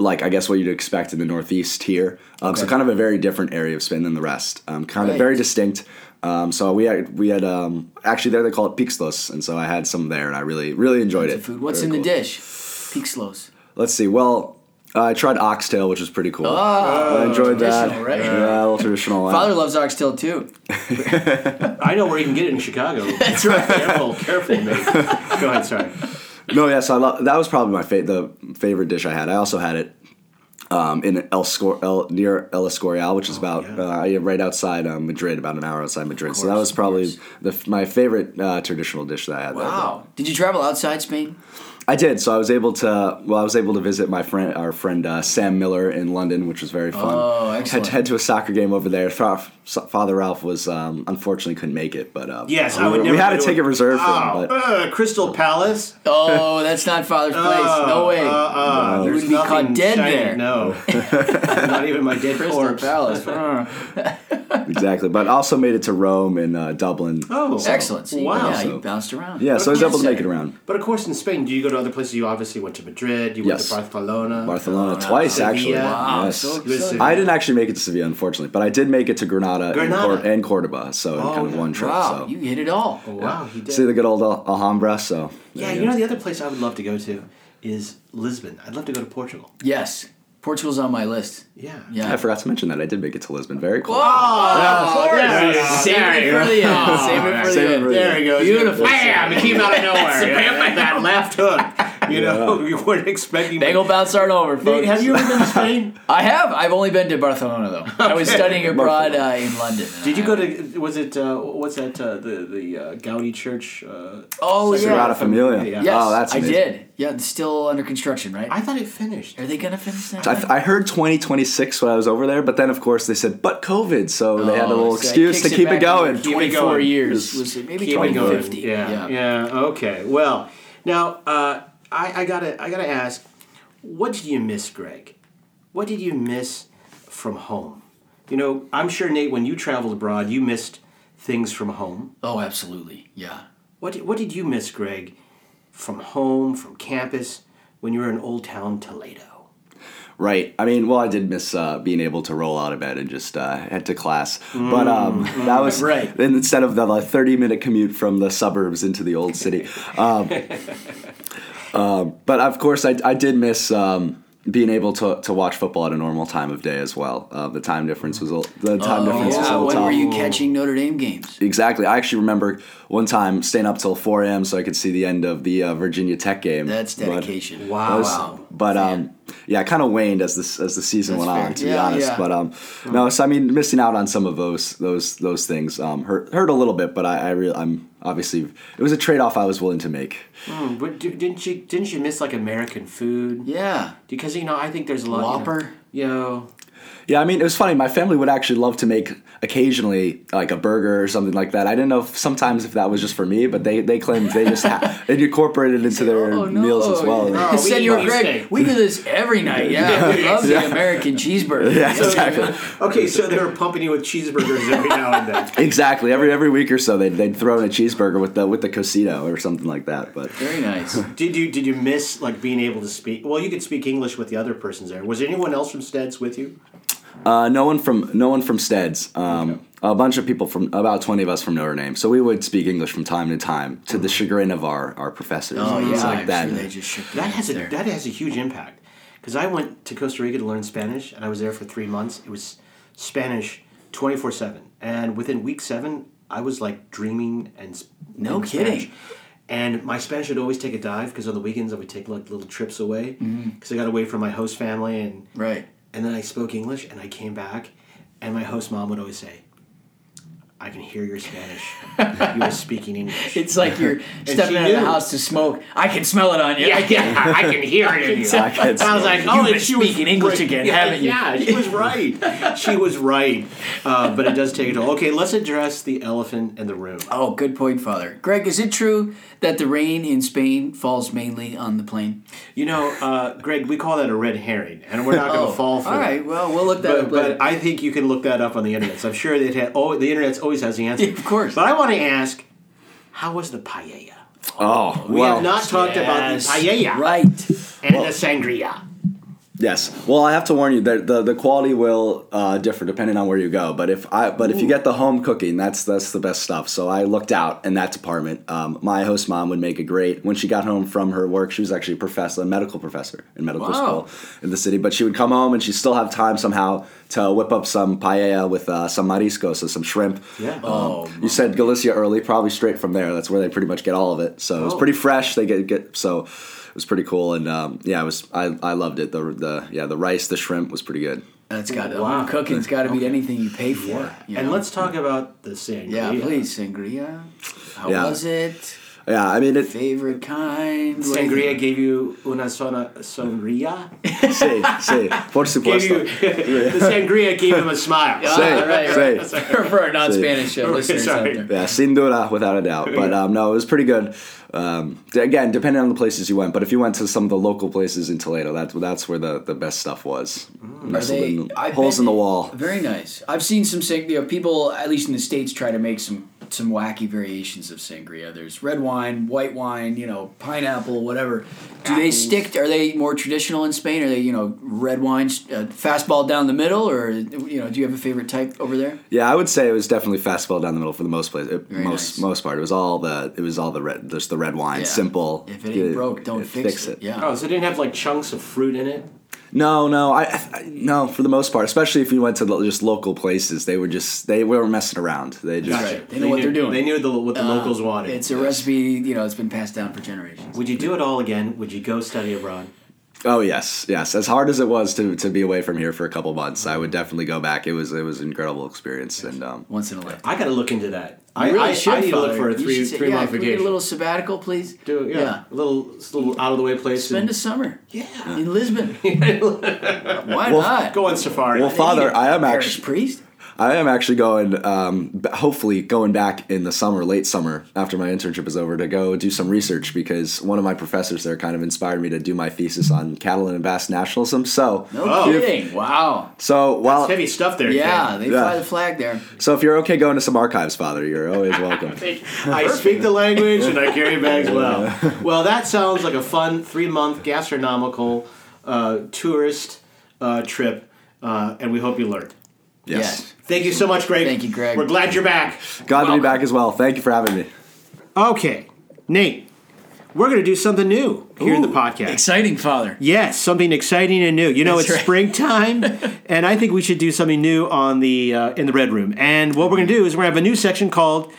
[SPEAKER 4] like I guess what you'd expect in the Northeast here. Um, So
[SPEAKER 2] Okay.
[SPEAKER 4] kind of a very different area of Spain than the rest. Um, kind
[SPEAKER 2] Right.
[SPEAKER 4] of very distinct. Um, so we had we had um, actually there they call it Pixlos, and so I had some there, and I really really enjoyed it.
[SPEAKER 2] Food. What's
[SPEAKER 4] Very
[SPEAKER 2] in the
[SPEAKER 4] cool.
[SPEAKER 2] dish? Pixlos.
[SPEAKER 4] Let's see. Well, I tried oxtail, which was pretty cool. I enjoyed
[SPEAKER 2] Oh,
[SPEAKER 4] that.
[SPEAKER 2] traditional, right?
[SPEAKER 4] Yeah, a little traditional. one.
[SPEAKER 2] Father loves oxtail too.
[SPEAKER 3] I know where you can get it in Chicago. That's right. careful, careful, mate. Go ahead. Sorry.
[SPEAKER 4] No, yeah, so I love that was probably my fa- the favorite dish I had. I also had it um, in El, Scor- El near El Escorial, which is
[SPEAKER 3] Oh,
[SPEAKER 4] about uh, yeah, right outside um, Madrid, about an hour outside Madrid. so that was probably the, f- my favorite uh, traditional dish that I had. there.
[SPEAKER 2] Wow. Did you travel outside Spain?
[SPEAKER 4] I did. So I was able to well, I was able to visit my friend, our friend uh, Sam Miller in London, which was very fun.
[SPEAKER 2] Oh,
[SPEAKER 4] Had
[SPEAKER 2] excellent.
[SPEAKER 4] to head to a soccer game over there. Fa- Father Ralph was um, unfortunately couldn't make it, but uh,
[SPEAKER 3] Yes,
[SPEAKER 4] we,
[SPEAKER 3] I would
[SPEAKER 4] we
[SPEAKER 3] never.
[SPEAKER 4] had
[SPEAKER 3] go
[SPEAKER 4] a
[SPEAKER 3] to
[SPEAKER 4] ticket reserved for
[SPEAKER 3] Oh,
[SPEAKER 4] him. But
[SPEAKER 3] uh, Crystal Palace.
[SPEAKER 2] Oh, that's not Father's place. No way.
[SPEAKER 3] Uh, uh,
[SPEAKER 2] You
[SPEAKER 3] there's
[SPEAKER 2] would be caught
[SPEAKER 3] nothing
[SPEAKER 2] dead
[SPEAKER 3] shiny,
[SPEAKER 2] there.
[SPEAKER 3] No. Not even my dead
[SPEAKER 2] Crystal
[SPEAKER 3] corpse.
[SPEAKER 2] Palace. Uh,
[SPEAKER 4] exactly, but also made it to Rome and uh, Dublin.
[SPEAKER 3] Oh,
[SPEAKER 2] Excellent. So you-
[SPEAKER 3] Wow.
[SPEAKER 2] Yeah, you
[SPEAKER 4] So-
[SPEAKER 2] bounced around.
[SPEAKER 4] Yeah, so I was able to
[SPEAKER 2] Fantastic.
[SPEAKER 4] make it around.
[SPEAKER 3] But of course, in Spain, do you go to other places? You obviously went to Madrid. You
[SPEAKER 4] Yes.
[SPEAKER 3] went to Barcelona.
[SPEAKER 4] Barcelona twice,
[SPEAKER 3] Sevilla.
[SPEAKER 4] actually.
[SPEAKER 2] Wow,
[SPEAKER 4] Yes.
[SPEAKER 2] so
[SPEAKER 3] You went to
[SPEAKER 2] exciting.
[SPEAKER 3] Sevilla.
[SPEAKER 4] I didn't actually make it to Sevilla, unfortunately, but I did make it to Granada,
[SPEAKER 3] Granada.
[SPEAKER 4] And, Cor- and Cordoba, so in kind of one trip.
[SPEAKER 2] Oh, Wow,
[SPEAKER 4] so
[SPEAKER 2] you hit it all.
[SPEAKER 3] Wow, he did.
[SPEAKER 4] see the good old Al- Alhambra. So there
[SPEAKER 3] Yeah,
[SPEAKER 4] you
[SPEAKER 3] you know
[SPEAKER 4] go.
[SPEAKER 3] the other place I would love to go to is Lisbon. I'd love to go to Portugal.
[SPEAKER 2] Yes. Portugal's on my list.
[SPEAKER 3] Yeah.
[SPEAKER 2] Yeah.
[SPEAKER 4] I forgot to mention that I did make it to Lisbon. Very cool.
[SPEAKER 2] Oh,
[SPEAKER 1] Yeah.
[SPEAKER 2] Save it for the end. Save it for
[SPEAKER 4] Save
[SPEAKER 2] the
[SPEAKER 4] it
[SPEAKER 2] end.
[SPEAKER 4] for the
[SPEAKER 2] There
[SPEAKER 4] end.
[SPEAKER 2] it goes. Beautiful.
[SPEAKER 1] Bam! It came out of nowhere. Yeah.
[SPEAKER 3] That left hook. You know, you weren't expecting.
[SPEAKER 2] Bagel bounce aren't over, folks.
[SPEAKER 3] Have you ever been to Spain?
[SPEAKER 2] I have. I've only been to Barcelona though. I was studying abroad uh, in London.
[SPEAKER 3] Did you go to? Was it? Uh, what's that? Uh, the the uh, Gaudi Church. Uh,
[SPEAKER 2] Oh
[SPEAKER 4] Sagrada
[SPEAKER 2] yeah.
[SPEAKER 4] Familia.
[SPEAKER 3] Yeah.
[SPEAKER 2] Yes,
[SPEAKER 4] oh, that's
[SPEAKER 2] I
[SPEAKER 4] amazing.
[SPEAKER 2] did. Yeah, it's still under construction, right?
[SPEAKER 3] I thought it finished.
[SPEAKER 2] Are they gonna finish that?
[SPEAKER 4] I,
[SPEAKER 2] one?
[SPEAKER 4] I heard 2026 when I was over there, but then of course they said, but COVID, so they had a
[SPEAKER 2] Oh,
[SPEAKER 4] little
[SPEAKER 2] so it
[SPEAKER 4] excuse to
[SPEAKER 2] kicks
[SPEAKER 4] keep
[SPEAKER 2] back
[SPEAKER 4] it going.
[SPEAKER 2] over 24
[SPEAKER 3] going.
[SPEAKER 2] years.
[SPEAKER 4] Just
[SPEAKER 2] Was it maybe
[SPEAKER 3] Keep it going.
[SPEAKER 2] 2050?
[SPEAKER 3] Yeah, yeah. Okay. Well, now uh, I, I gotta I gotta ask, what did you miss, Greg? What did you miss from home? You know, I'm sure Nate, when you traveled abroad, you missed things from home.
[SPEAKER 2] Oh, absolutely. Yeah.
[SPEAKER 3] What did, what did you miss, Greg, from home, from campus, when you were in Old Town Toledo?
[SPEAKER 4] Right. I mean, well, I did miss uh, being able to roll out of bed and just uh, head to class, but um, that was
[SPEAKER 2] Mm, Right.
[SPEAKER 4] and Instead of the like, 30 minute commute from the suburbs into the old city, um, um, but of course, I, I did miss. Um, being able to, to watch football at a normal time of day as well. Uh, the time difference was a, the time difference was a
[SPEAKER 2] Oh, yeah.
[SPEAKER 4] little
[SPEAKER 2] When
[SPEAKER 4] tough.
[SPEAKER 2] were you catching Notre Dame games?
[SPEAKER 4] Exactly. I actually remember one time staying up till 4 a.m. so I could see the end of the uh, Virginia Tech game.
[SPEAKER 2] That's
[SPEAKER 4] But-
[SPEAKER 2] dedication.
[SPEAKER 3] Wow.
[SPEAKER 4] But, um, yeah, it kind of waned as this as the season
[SPEAKER 2] That's
[SPEAKER 4] went
[SPEAKER 2] fair.
[SPEAKER 4] on, to be
[SPEAKER 2] Yeah,
[SPEAKER 4] honest.
[SPEAKER 2] yeah. Oh.
[SPEAKER 4] But um, no, so I mean, missing out on some of those those those things um, hurt hurt a little bit. But I, I real I'm obviously it was a trade off I was willing to make.
[SPEAKER 3] Hmm, What, d- didn't you didn't you miss like American food?
[SPEAKER 2] Yeah.
[SPEAKER 3] Because you know, I think there's a lot.
[SPEAKER 2] Whopper?
[SPEAKER 3] You know,
[SPEAKER 4] Yeah, I mean, it was funny. My family would actually love to make occasionally like a burger or something like that. I didn't know if, sometimes if that was just for me, but they they claimed they just ha- it incorporated into their
[SPEAKER 2] Oh, no.
[SPEAKER 4] meals as well.
[SPEAKER 2] No,
[SPEAKER 3] we
[SPEAKER 2] Senor
[SPEAKER 3] eat
[SPEAKER 2] Greg,
[SPEAKER 3] steak.
[SPEAKER 2] we do this every night. Yeah, we love the American cheeseburger.
[SPEAKER 4] Yeah, exactly.
[SPEAKER 3] okay, so they were pumping you with cheeseburgers every now and then.
[SPEAKER 4] Exactly. Every every week or so, they'd, they'd throw in a cheeseburger with the with the cosito or something like that. But
[SPEAKER 2] Very nice. Oh,
[SPEAKER 3] Did you did you miss like being able to speak? Well, you could speak English with the other persons there. Was there anyone else from Steds with you?
[SPEAKER 4] uh, no one from no one from Steads. Um, A bunch of people from about twenty of us from Notre Dame. So we would speak English from time to time to the chagrin of our our professors
[SPEAKER 2] Oh
[SPEAKER 4] and things
[SPEAKER 2] yeah,
[SPEAKER 4] like
[SPEAKER 2] I'm
[SPEAKER 4] that.
[SPEAKER 2] sure they just shook their
[SPEAKER 3] That has
[SPEAKER 2] heads
[SPEAKER 3] a
[SPEAKER 2] there.
[SPEAKER 3] that has a huge impact because I went to Costa Rica to learn Spanish and I was there for three months. It was Spanish twenty four seven, and within week seven, I was like dreaming and s-
[SPEAKER 2] No
[SPEAKER 3] in Spanish.
[SPEAKER 2] kidding.
[SPEAKER 3] And my Spanish would always take a dive because on the weekends I would take like little trips away because
[SPEAKER 2] Mm-hmm.
[SPEAKER 3] I got away from my host family and
[SPEAKER 2] Right.
[SPEAKER 3] And then I spoke English and I came back, and my host mom would always say, I can hear your Spanish. you are speaking English.
[SPEAKER 2] It's like you're
[SPEAKER 3] she
[SPEAKER 2] stepping out of the
[SPEAKER 3] knew.
[SPEAKER 2] house to smoke. I can smell it on you. I can.
[SPEAKER 1] I can hear it in you.
[SPEAKER 4] I could-
[SPEAKER 3] I was like,
[SPEAKER 2] You've
[SPEAKER 3] oh,
[SPEAKER 2] been
[SPEAKER 3] and she was
[SPEAKER 2] speaking English
[SPEAKER 3] right.
[SPEAKER 2] again,
[SPEAKER 3] yeah,
[SPEAKER 2] haven't you?
[SPEAKER 3] Yeah, she was right. she was right. Uh, but it does take a toll. Okay, let's address the elephant in the room.
[SPEAKER 2] Oh, good point, Father. Greg, is it true that the rain in Spain falls mainly on the plane?
[SPEAKER 3] You know, uh, Greg, we call that a red herring, and we're not going to Oh, fall for
[SPEAKER 2] All
[SPEAKER 3] it.
[SPEAKER 2] right. Well, we'll look Oh, that
[SPEAKER 3] But,
[SPEAKER 2] up later.
[SPEAKER 3] but I think you can look that up on the internet. So I'm sure that had, oh, the internet always has the answer.
[SPEAKER 2] Yeah, of course.
[SPEAKER 3] But I want to ask, how was the paella?
[SPEAKER 4] oh
[SPEAKER 3] We
[SPEAKER 4] well,
[SPEAKER 3] have not talked uh, about the paella
[SPEAKER 2] Right.
[SPEAKER 3] and the sangria.
[SPEAKER 4] Yes. Well, I have to warn you that the, the quality will uh, differ depending on where you go. But if I but if you get the home cooking, that's that's the best stuff. So I looked out in that department. Um, my host mom would make a great when she got home from her work. She was actually a professor, a medical professor in medical
[SPEAKER 2] Wow.
[SPEAKER 4] school in the city. But she would come home and she still have time somehow to whip up some paella with uh, some marisco, so some shrimp.
[SPEAKER 3] Yeah.
[SPEAKER 2] Oh,
[SPEAKER 4] You said Galicia early, probably straight from there. That's where they pretty much get all of it. So it was
[SPEAKER 3] Oh.
[SPEAKER 4] pretty fresh. They get get so it was pretty cool, and um, yeah, it was I, I loved it. The the yeah the rice, the shrimp was pretty good.
[SPEAKER 2] that's got to.
[SPEAKER 3] Wow.
[SPEAKER 2] Cooking's got to be anything you pay for. you
[SPEAKER 3] and
[SPEAKER 2] know?
[SPEAKER 3] let's talk about the sangria.
[SPEAKER 2] Yeah, please, sangria. How
[SPEAKER 4] Yeah.
[SPEAKER 2] was it?
[SPEAKER 4] Yeah, I mean it.
[SPEAKER 2] Favorite kind? What do you
[SPEAKER 3] Sangria gave you una sona, sangria.
[SPEAKER 4] say say por
[SPEAKER 3] Gave you,
[SPEAKER 4] supuesto.
[SPEAKER 3] the sangria gave him a smile.
[SPEAKER 4] Say
[SPEAKER 2] Ah, right,
[SPEAKER 4] say.
[SPEAKER 2] think? for our non-Spanish uh, listeners
[SPEAKER 3] Sorry.
[SPEAKER 2] out there.
[SPEAKER 4] Yeah, sin duda, without a doubt. But um, no, it was pretty good. Um, d- again, depending on the places you went, but if you went to some of the local places in Toledo, that's that's where the, the best stuff was. Nestled
[SPEAKER 2] they-
[SPEAKER 4] in-
[SPEAKER 2] I've
[SPEAKER 4] holes in
[SPEAKER 2] been-
[SPEAKER 4] the wall.
[SPEAKER 2] Very nice. I've seen some sang- you know, people, at least in the states, try to make some some wacky variations of sangria. There's red wine, white wine, you know, pineapple, whatever. Do they stick? Are they more traditional in Spain? Are they you know red wine uh, fastball down the middle, or you know, do you have a favorite type over there?
[SPEAKER 4] Yeah, I would say it was definitely fastball down the middle for the most place, most
[SPEAKER 2] nice.
[SPEAKER 4] most part. It was all the it was all the red, just the red wine,
[SPEAKER 2] Yeah.
[SPEAKER 4] simple.
[SPEAKER 2] If it ain't
[SPEAKER 4] Yeah,
[SPEAKER 2] broke, don't
[SPEAKER 4] yeah,
[SPEAKER 2] fix, it. Yeah.
[SPEAKER 3] Oh, so it didn't have like chunks of fruit in it?
[SPEAKER 4] No, no, I, I no for the most part, especially if you went to lo- just local places, they were just they weren't messing around. They just
[SPEAKER 2] Gotcha. They know what
[SPEAKER 3] knew,
[SPEAKER 2] they're doing.
[SPEAKER 3] They knew the, what the
[SPEAKER 2] Uh,
[SPEAKER 3] locals wanted.
[SPEAKER 2] It's a recipe, you know, it's been passed down for generations.
[SPEAKER 3] Would you do it all again? Would you go study abroad?
[SPEAKER 4] oh yes, yes. As hard as it was to, to be away from here for a couple months, I would definitely go back. It was it was an incredible experience, and um,
[SPEAKER 2] Once in a lifetime.
[SPEAKER 3] I got to look into that.
[SPEAKER 2] You
[SPEAKER 3] I
[SPEAKER 2] really
[SPEAKER 3] I,
[SPEAKER 2] should,
[SPEAKER 3] I need to look
[SPEAKER 2] Father.
[SPEAKER 3] for a
[SPEAKER 2] You
[SPEAKER 3] three
[SPEAKER 2] should say,
[SPEAKER 3] three
[SPEAKER 2] yeah,
[SPEAKER 3] month
[SPEAKER 2] can we get
[SPEAKER 3] vacation.
[SPEAKER 2] a little sabbatical, please?
[SPEAKER 3] Do yeah, a little little out of the way place.
[SPEAKER 2] Spend
[SPEAKER 3] and-
[SPEAKER 2] a summer.
[SPEAKER 3] yeah.
[SPEAKER 2] In Lisbon. Why not?
[SPEAKER 3] Go on safari.
[SPEAKER 4] well, Father, I am
[SPEAKER 2] Parish
[SPEAKER 4] actually
[SPEAKER 2] priest.
[SPEAKER 4] I am actually going, um, b- hopefully going back in the summer, late summer, after my internship is over, to go do some research because one of my professors there kind of inspired me to do my thesis on Catalan and Basque nationalism. So,
[SPEAKER 2] No
[SPEAKER 3] Oh.
[SPEAKER 2] kidding. Wow.
[SPEAKER 4] so while,
[SPEAKER 3] It's heavy stuff there.
[SPEAKER 2] Oh, Yeah,
[SPEAKER 3] Ken.
[SPEAKER 2] they
[SPEAKER 4] Yeah.
[SPEAKER 2] fly the flag there.
[SPEAKER 4] so if you're okay going to some archives, Father, you're always welcome.
[SPEAKER 3] I speak the language and I carry bags well. Well, that sounds like a fun three month gastronomical uh, tourist uh, trip, uh, and we hope you learned.
[SPEAKER 4] Yes.
[SPEAKER 3] Thank you so much, Greg.
[SPEAKER 2] Thank you, Greg.
[SPEAKER 3] We're glad you're back.
[SPEAKER 4] Glad to be back as well. Thank you for having me.
[SPEAKER 3] Okay, Nate, we're going to do something new here in the podcast.
[SPEAKER 2] Exciting, Father.
[SPEAKER 3] Yes, something exciting and new. You know,
[SPEAKER 2] That's
[SPEAKER 3] it's
[SPEAKER 2] right.
[SPEAKER 3] springtime, and I think we should do something new on the uh, in the red room. And what we're going to do is we're going to have a new section called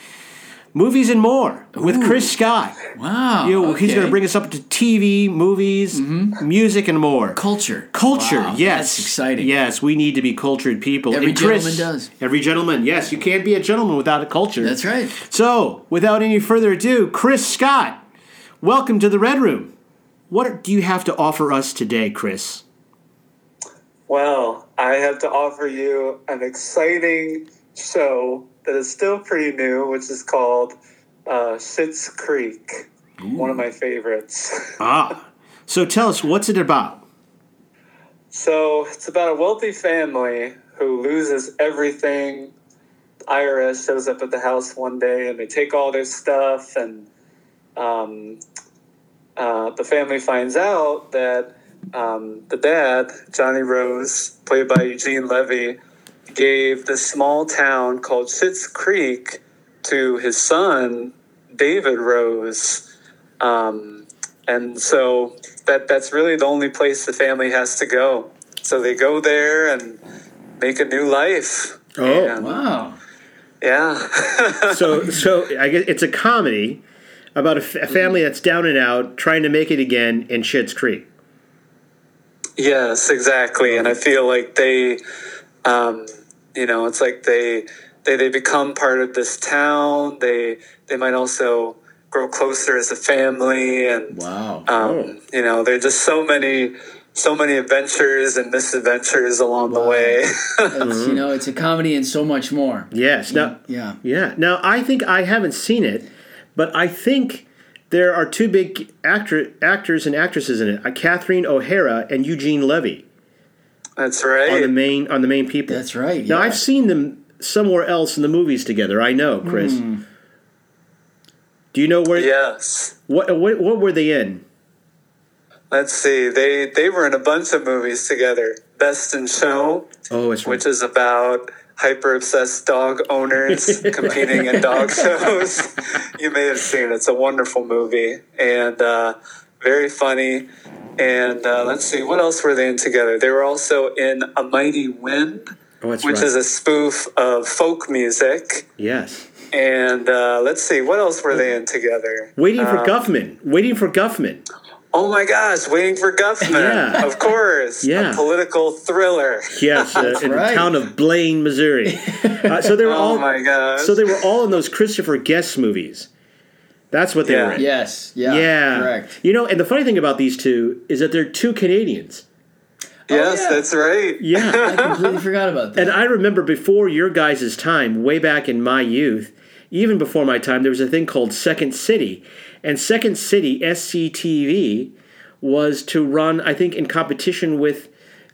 [SPEAKER 3] "Movies and More" with Chris Scott.
[SPEAKER 2] Wow.
[SPEAKER 3] You know, he's
[SPEAKER 2] okay.
[SPEAKER 3] going to bring us up to TV, movies, music, and more.
[SPEAKER 2] culture.
[SPEAKER 3] Culture,
[SPEAKER 2] Wow,
[SPEAKER 3] yes,
[SPEAKER 2] That's exciting.
[SPEAKER 3] Yes, we need to be cultured people.
[SPEAKER 2] Every
[SPEAKER 3] And Chris-
[SPEAKER 2] gentleman does.
[SPEAKER 3] Every gentleman, yes, you can't be a gentleman without a culture.
[SPEAKER 2] That's right.
[SPEAKER 3] So, without any further ado, Chris Scott, welcome to the Red Room. What do you have to offer us today, Chris?
[SPEAKER 5] Well, I have to offer you an exciting show that is still pretty new, which is called uh, Schitt's Creek, one of my favorites.
[SPEAKER 3] Ah, so tell us what's it about?
[SPEAKER 5] So it's about a wealthy family who loses everything. The IRS shows up at the house one day and they take all their stuff, and um, uh, the family finds out that um, the dad, Johnny Rose, played by Eugene Levy, gave this small town called Schitt's Creek to his son, David Rose. Um, and so that that's really the only place the family has to go. So they go there and make a new life.
[SPEAKER 3] Oh,
[SPEAKER 2] Wow.
[SPEAKER 5] Yeah,
[SPEAKER 3] so so I guess it's a comedy about a, f- a family that's down and out trying to make it again in Schitt's Creek.
[SPEAKER 5] yes, exactly. And I feel like they, um, you know, it's like they they they become part of this town. They they might also grow closer as a family and
[SPEAKER 2] Wow.
[SPEAKER 5] Um, You know, there are just so many, so many adventures and misadventures along the way.
[SPEAKER 2] It's,
[SPEAKER 3] Mm-hmm.
[SPEAKER 2] you know, it's a comedy and so much more.
[SPEAKER 3] Yes. Now,
[SPEAKER 2] Yeah.
[SPEAKER 3] yeah. Now I think I haven't seen it, but I think there are two big actor actors and actresses in it: uh, Catherine O'Hara and Eugene Levy
[SPEAKER 5] That's
[SPEAKER 3] are
[SPEAKER 5] right.
[SPEAKER 3] the main on the main people.
[SPEAKER 2] That's right.
[SPEAKER 3] Now
[SPEAKER 2] yeah.
[SPEAKER 3] I've seen them somewhere else in the movies together. I know, Chris. Do you know where?
[SPEAKER 5] yes.
[SPEAKER 3] What, what what were they in?
[SPEAKER 5] Let's see. They they were in a bunch of movies together. Best in Show,
[SPEAKER 3] Oh, it's
[SPEAKER 5] which is about hyper obsessed dog owners competing in dog shows. you may have seen it. It's a wonderful movie and uh, very funny. And uh, let's see, what else were they in together? They were also in A Mighty Wind.
[SPEAKER 3] oh, it's
[SPEAKER 5] which
[SPEAKER 3] right.
[SPEAKER 5] is a spoof of folk music.
[SPEAKER 3] yes.
[SPEAKER 5] And uh, let's see, what else were they in together?
[SPEAKER 3] Waiting for
[SPEAKER 5] Um,
[SPEAKER 3] Guffman. Waiting for Guffman.
[SPEAKER 5] Oh my gosh, Waiting for Guffman.
[SPEAKER 3] Yeah.
[SPEAKER 5] Of course.
[SPEAKER 3] Yeah.
[SPEAKER 5] A political thriller.
[SPEAKER 3] Yes, uh, in
[SPEAKER 2] right.
[SPEAKER 3] the town of Blaine, Missouri. Uh, so they were
[SPEAKER 5] Oh
[SPEAKER 3] all
[SPEAKER 5] my gosh.
[SPEAKER 3] so they were all in those Christopher Guest movies. That's what they
[SPEAKER 5] Yeah.
[SPEAKER 3] were. In.
[SPEAKER 2] yes. Yeah.
[SPEAKER 3] yeah.
[SPEAKER 2] Correct.
[SPEAKER 3] You know, and the funny thing about these two is that they're two Canadians.
[SPEAKER 5] yes,
[SPEAKER 2] yeah.
[SPEAKER 5] that's right.
[SPEAKER 3] Oh, Yeah.
[SPEAKER 2] I completely forgot about that.
[SPEAKER 3] And I remember before your guys' time, way back in my youth, even before my time, there was a thing called Second City. And Second City, SCTV, was to run, I think, in competition with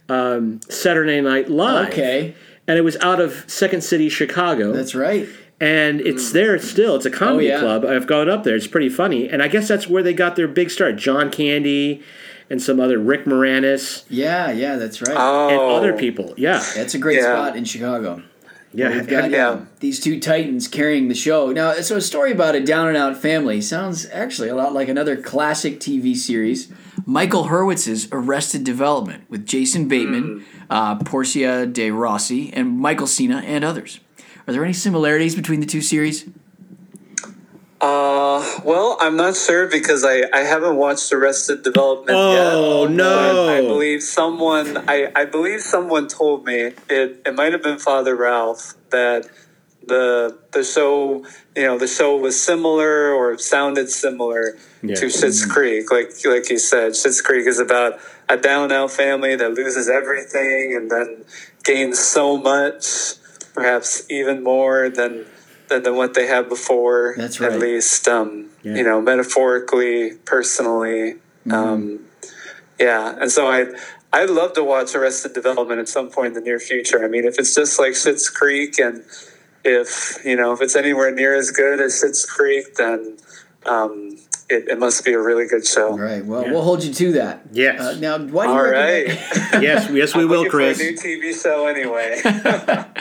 [SPEAKER 3] um, Saturday Night Live.
[SPEAKER 2] Okay.
[SPEAKER 3] And it was out of Second City, Chicago.
[SPEAKER 2] That's right.
[SPEAKER 3] and it's there still. It's a comedy
[SPEAKER 2] Oh, yeah.
[SPEAKER 3] club. I've gone up there. It's pretty funny. And I guess that's where they got their big start. John Candy and some other Rick Moranis
[SPEAKER 2] Yeah. Yeah. That's right.
[SPEAKER 5] Oh.
[SPEAKER 3] and other people. Uh, Yeah.
[SPEAKER 2] That's a great
[SPEAKER 5] Yeah.
[SPEAKER 2] spot in Chicago.
[SPEAKER 4] Yeah,
[SPEAKER 2] We've got
[SPEAKER 4] yeah.
[SPEAKER 2] um, these two titans carrying the show. Now, so a story about a down and out family sounds actually a lot like another classic TV series, Michael Hurwitz's Arrested Development with Jason Bateman,
[SPEAKER 5] Hmm.
[SPEAKER 2] uh, Portia de Rossi, and Michael Cena and others. Are there any similarities between the two series?
[SPEAKER 5] Uh, well, I'm not sure because I, I haven't watched Arrested Development yet.
[SPEAKER 4] Oh, no.
[SPEAKER 5] But I believe someone I, I believe someone told me it it might have been Father Ralph that the the show you know the show was similar or sounded similar to Schitt's
[SPEAKER 2] Mm-hmm.
[SPEAKER 5] Creek like like you said Schitt's Creek is about a down and out family that loses everything and then gains so much perhaps even more than than, than what they had before
[SPEAKER 2] That's
[SPEAKER 5] at
[SPEAKER 2] right.
[SPEAKER 5] least um, you know metaphorically personally
[SPEAKER 2] Mm-hmm.
[SPEAKER 5] um, yeah, and so I I'd love to watch Arrested Development at some point in the near future. I mean, if it's just like Schitt's Creek, and if you know if it's anywhere near as good as Schitt's Creek, then um, it, it must be a really good show.
[SPEAKER 2] All right. Well, we'll hold you to that.
[SPEAKER 1] Yes.
[SPEAKER 2] Uh, now, why do you
[SPEAKER 5] All
[SPEAKER 2] recommend,
[SPEAKER 5] right,
[SPEAKER 1] yes, yes, we will,
[SPEAKER 5] Looking for
[SPEAKER 1] Chris.
[SPEAKER 5] a new TV show anyway.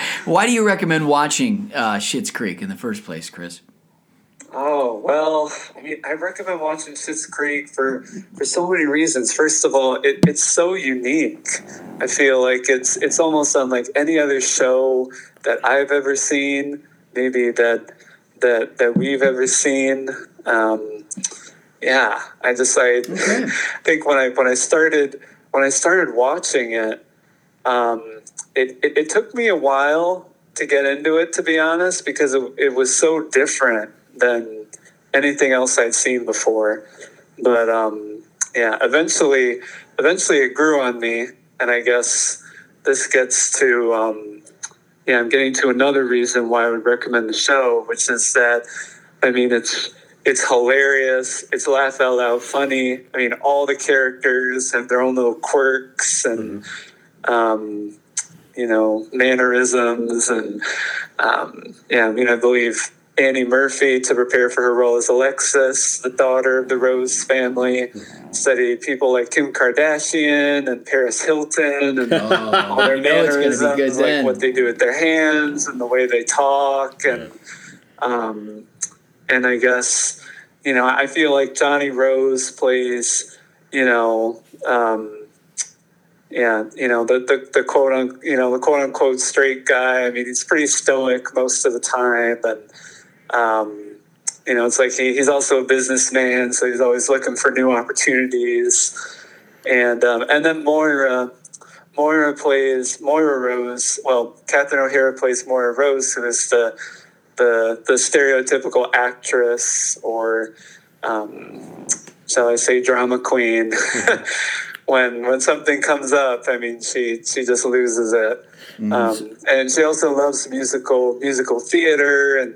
[SPEAKER 2] Why do you recommend watching uh, Schitt's Creek in the first place, Chris?
[SPEAKER 5] Oh well, I mean, I recommend watching Schitt's Creek for for so many reasons. First of all, it, it's so unique. I feel like it's it's almost unlike any other show that I've ever seen, maybe that that that we've ever seen. Um, yeah, I just I think when I when I started when I started watching it, um, it, it, it took me a while to get into it, to be honest, because it, it was so different than anything else I'd seen before. But um, yeah, eventually, eventually it grew on me, and I guess this gets to um, yeah, I'm getting to another reason why I would recommend the show, which is that I mean it's it's hilarious, it's laugh out loud funny. I mean, all the characters have their own little quirks and um, you know, mannerisms and um, yeah, I mean, I believe Annie Murphy to prepare for her role as Alexis, the daughter of the Rose family, studied people like Kim Kardashian and Paris Hilton and all their
[SPEAKER 2] you know it's gonna be
[SPEAKER 5] Oh, mannerisms,
[SPEAKER 2] good
[SPEAKER 5] like
[SPEAKER 2] then.
[SPEAKER 5] what they do with their hands and the way they talk and um, and I guess you know, I feel like Johnny Rose plays, you know, um, yeah, you know the the, the quote un, you know the quote unquote straight guy. I mean, he's pretty stoic most of the time, and um, you know, it's like he, he's also a businessman, so he's always looking for new opportunities. And um, and then Moira, Moira plays Moira Rose. Well, Catherine O'Hara plays Moira Rose, who is the the the stereotypical actress or um, shall I say drama queen. when when something comes up, I mean, she she just loses it. Um, and she also loves musical musical theater and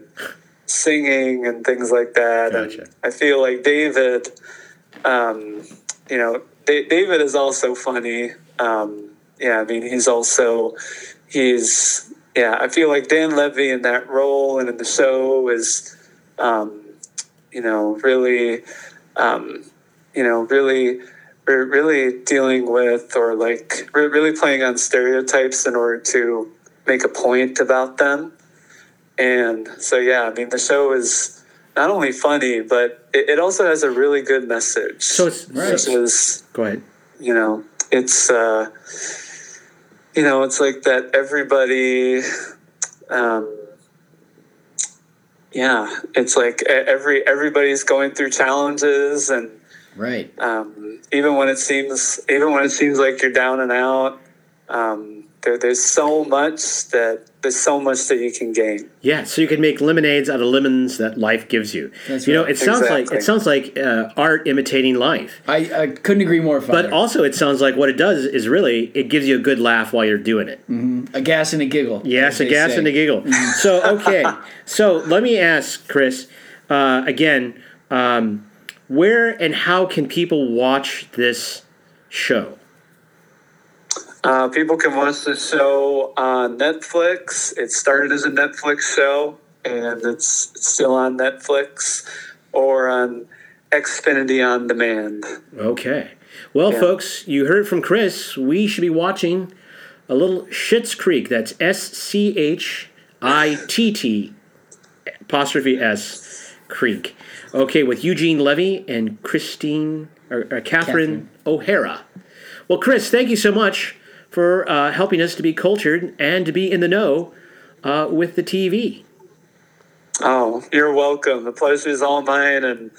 [SPEAKER 5] singing and things like that.
[SPEAKER 1] Gotcha.
[SPEAKER 5] And I feel like David, um, you know, da- David is also funny. Um, yeah, I mean, he's also he's yeah. I feel like Dan Levy in that role and in the show is, um, you know, really. Um, you know, really, re- really dealing with or like re- really playing on stereotypes in order to make a point about them. And so, yeah, I mean, the show is not only funny, but it, it also has a really good message.
[SPEAKER 1] So it's
[SPEAKER 2] Right.
[SPEAKER 5] which is,
[SPEAKER 1] go ahead.
[SPEAKER 5] you know, it's, uh, you know, it's like that everybody, um, yeah, it's like e- every everybody's going through challenges and
[SPEAKER 2] Right.
[SPEAKER 5] um, even when it seems even when it seems like you're down and out um, there, there's so much that there's so much that you can gain
[SPEAKER 1] Yeah, so you can make lemonades out of lemons that life gives you.
[SPEAKER 2] That's
[SPEAKER 1] you know,
[SPEAKER 2] right.
[SPEAKER 1] it sounds like
[SPEAKER 5] Exactly.
[SPEAKER 1] it sounds like uh, art imitating life,
[SPEAKER 2] I, I couldn't agree more, Father.
[SPEAKER 1] but also it sounds like what it does is really it gives you a good laugh while you're doing it.
[SPEAKER 2] a gas and a giggle.
[SPEAKER 1] Yes,
[SPEAKER 2] as
[SPEAKER 1] a
[SPEAKER 2] they
[SPEAKER 1] gas
[SPEAKER 2] say.
[SPEAKER 1] and a giggle. So okay, so let me ask Chris uh, again: um, where and how can people watch this show?
[SPEAKER 5] uh, people can watch the show on netflix it started as a netflix show and it's, it's still on netflix or on xfinity on demand
[SPEAKER 1] Okay, well, folks, you heard it from Chris. We should be watching a little Schitt's Creek. That's S C H I T T apostrophe S Creek. Okay, with Eugene Levy and Christine or, or Catherine, O'Hara. Well, Chris, thank you so much for uh, helping us to be cultured and to be in the know uh, with the TV.
[SPEAKER 5] Oh, you're welcome. The pleasure is all mine, and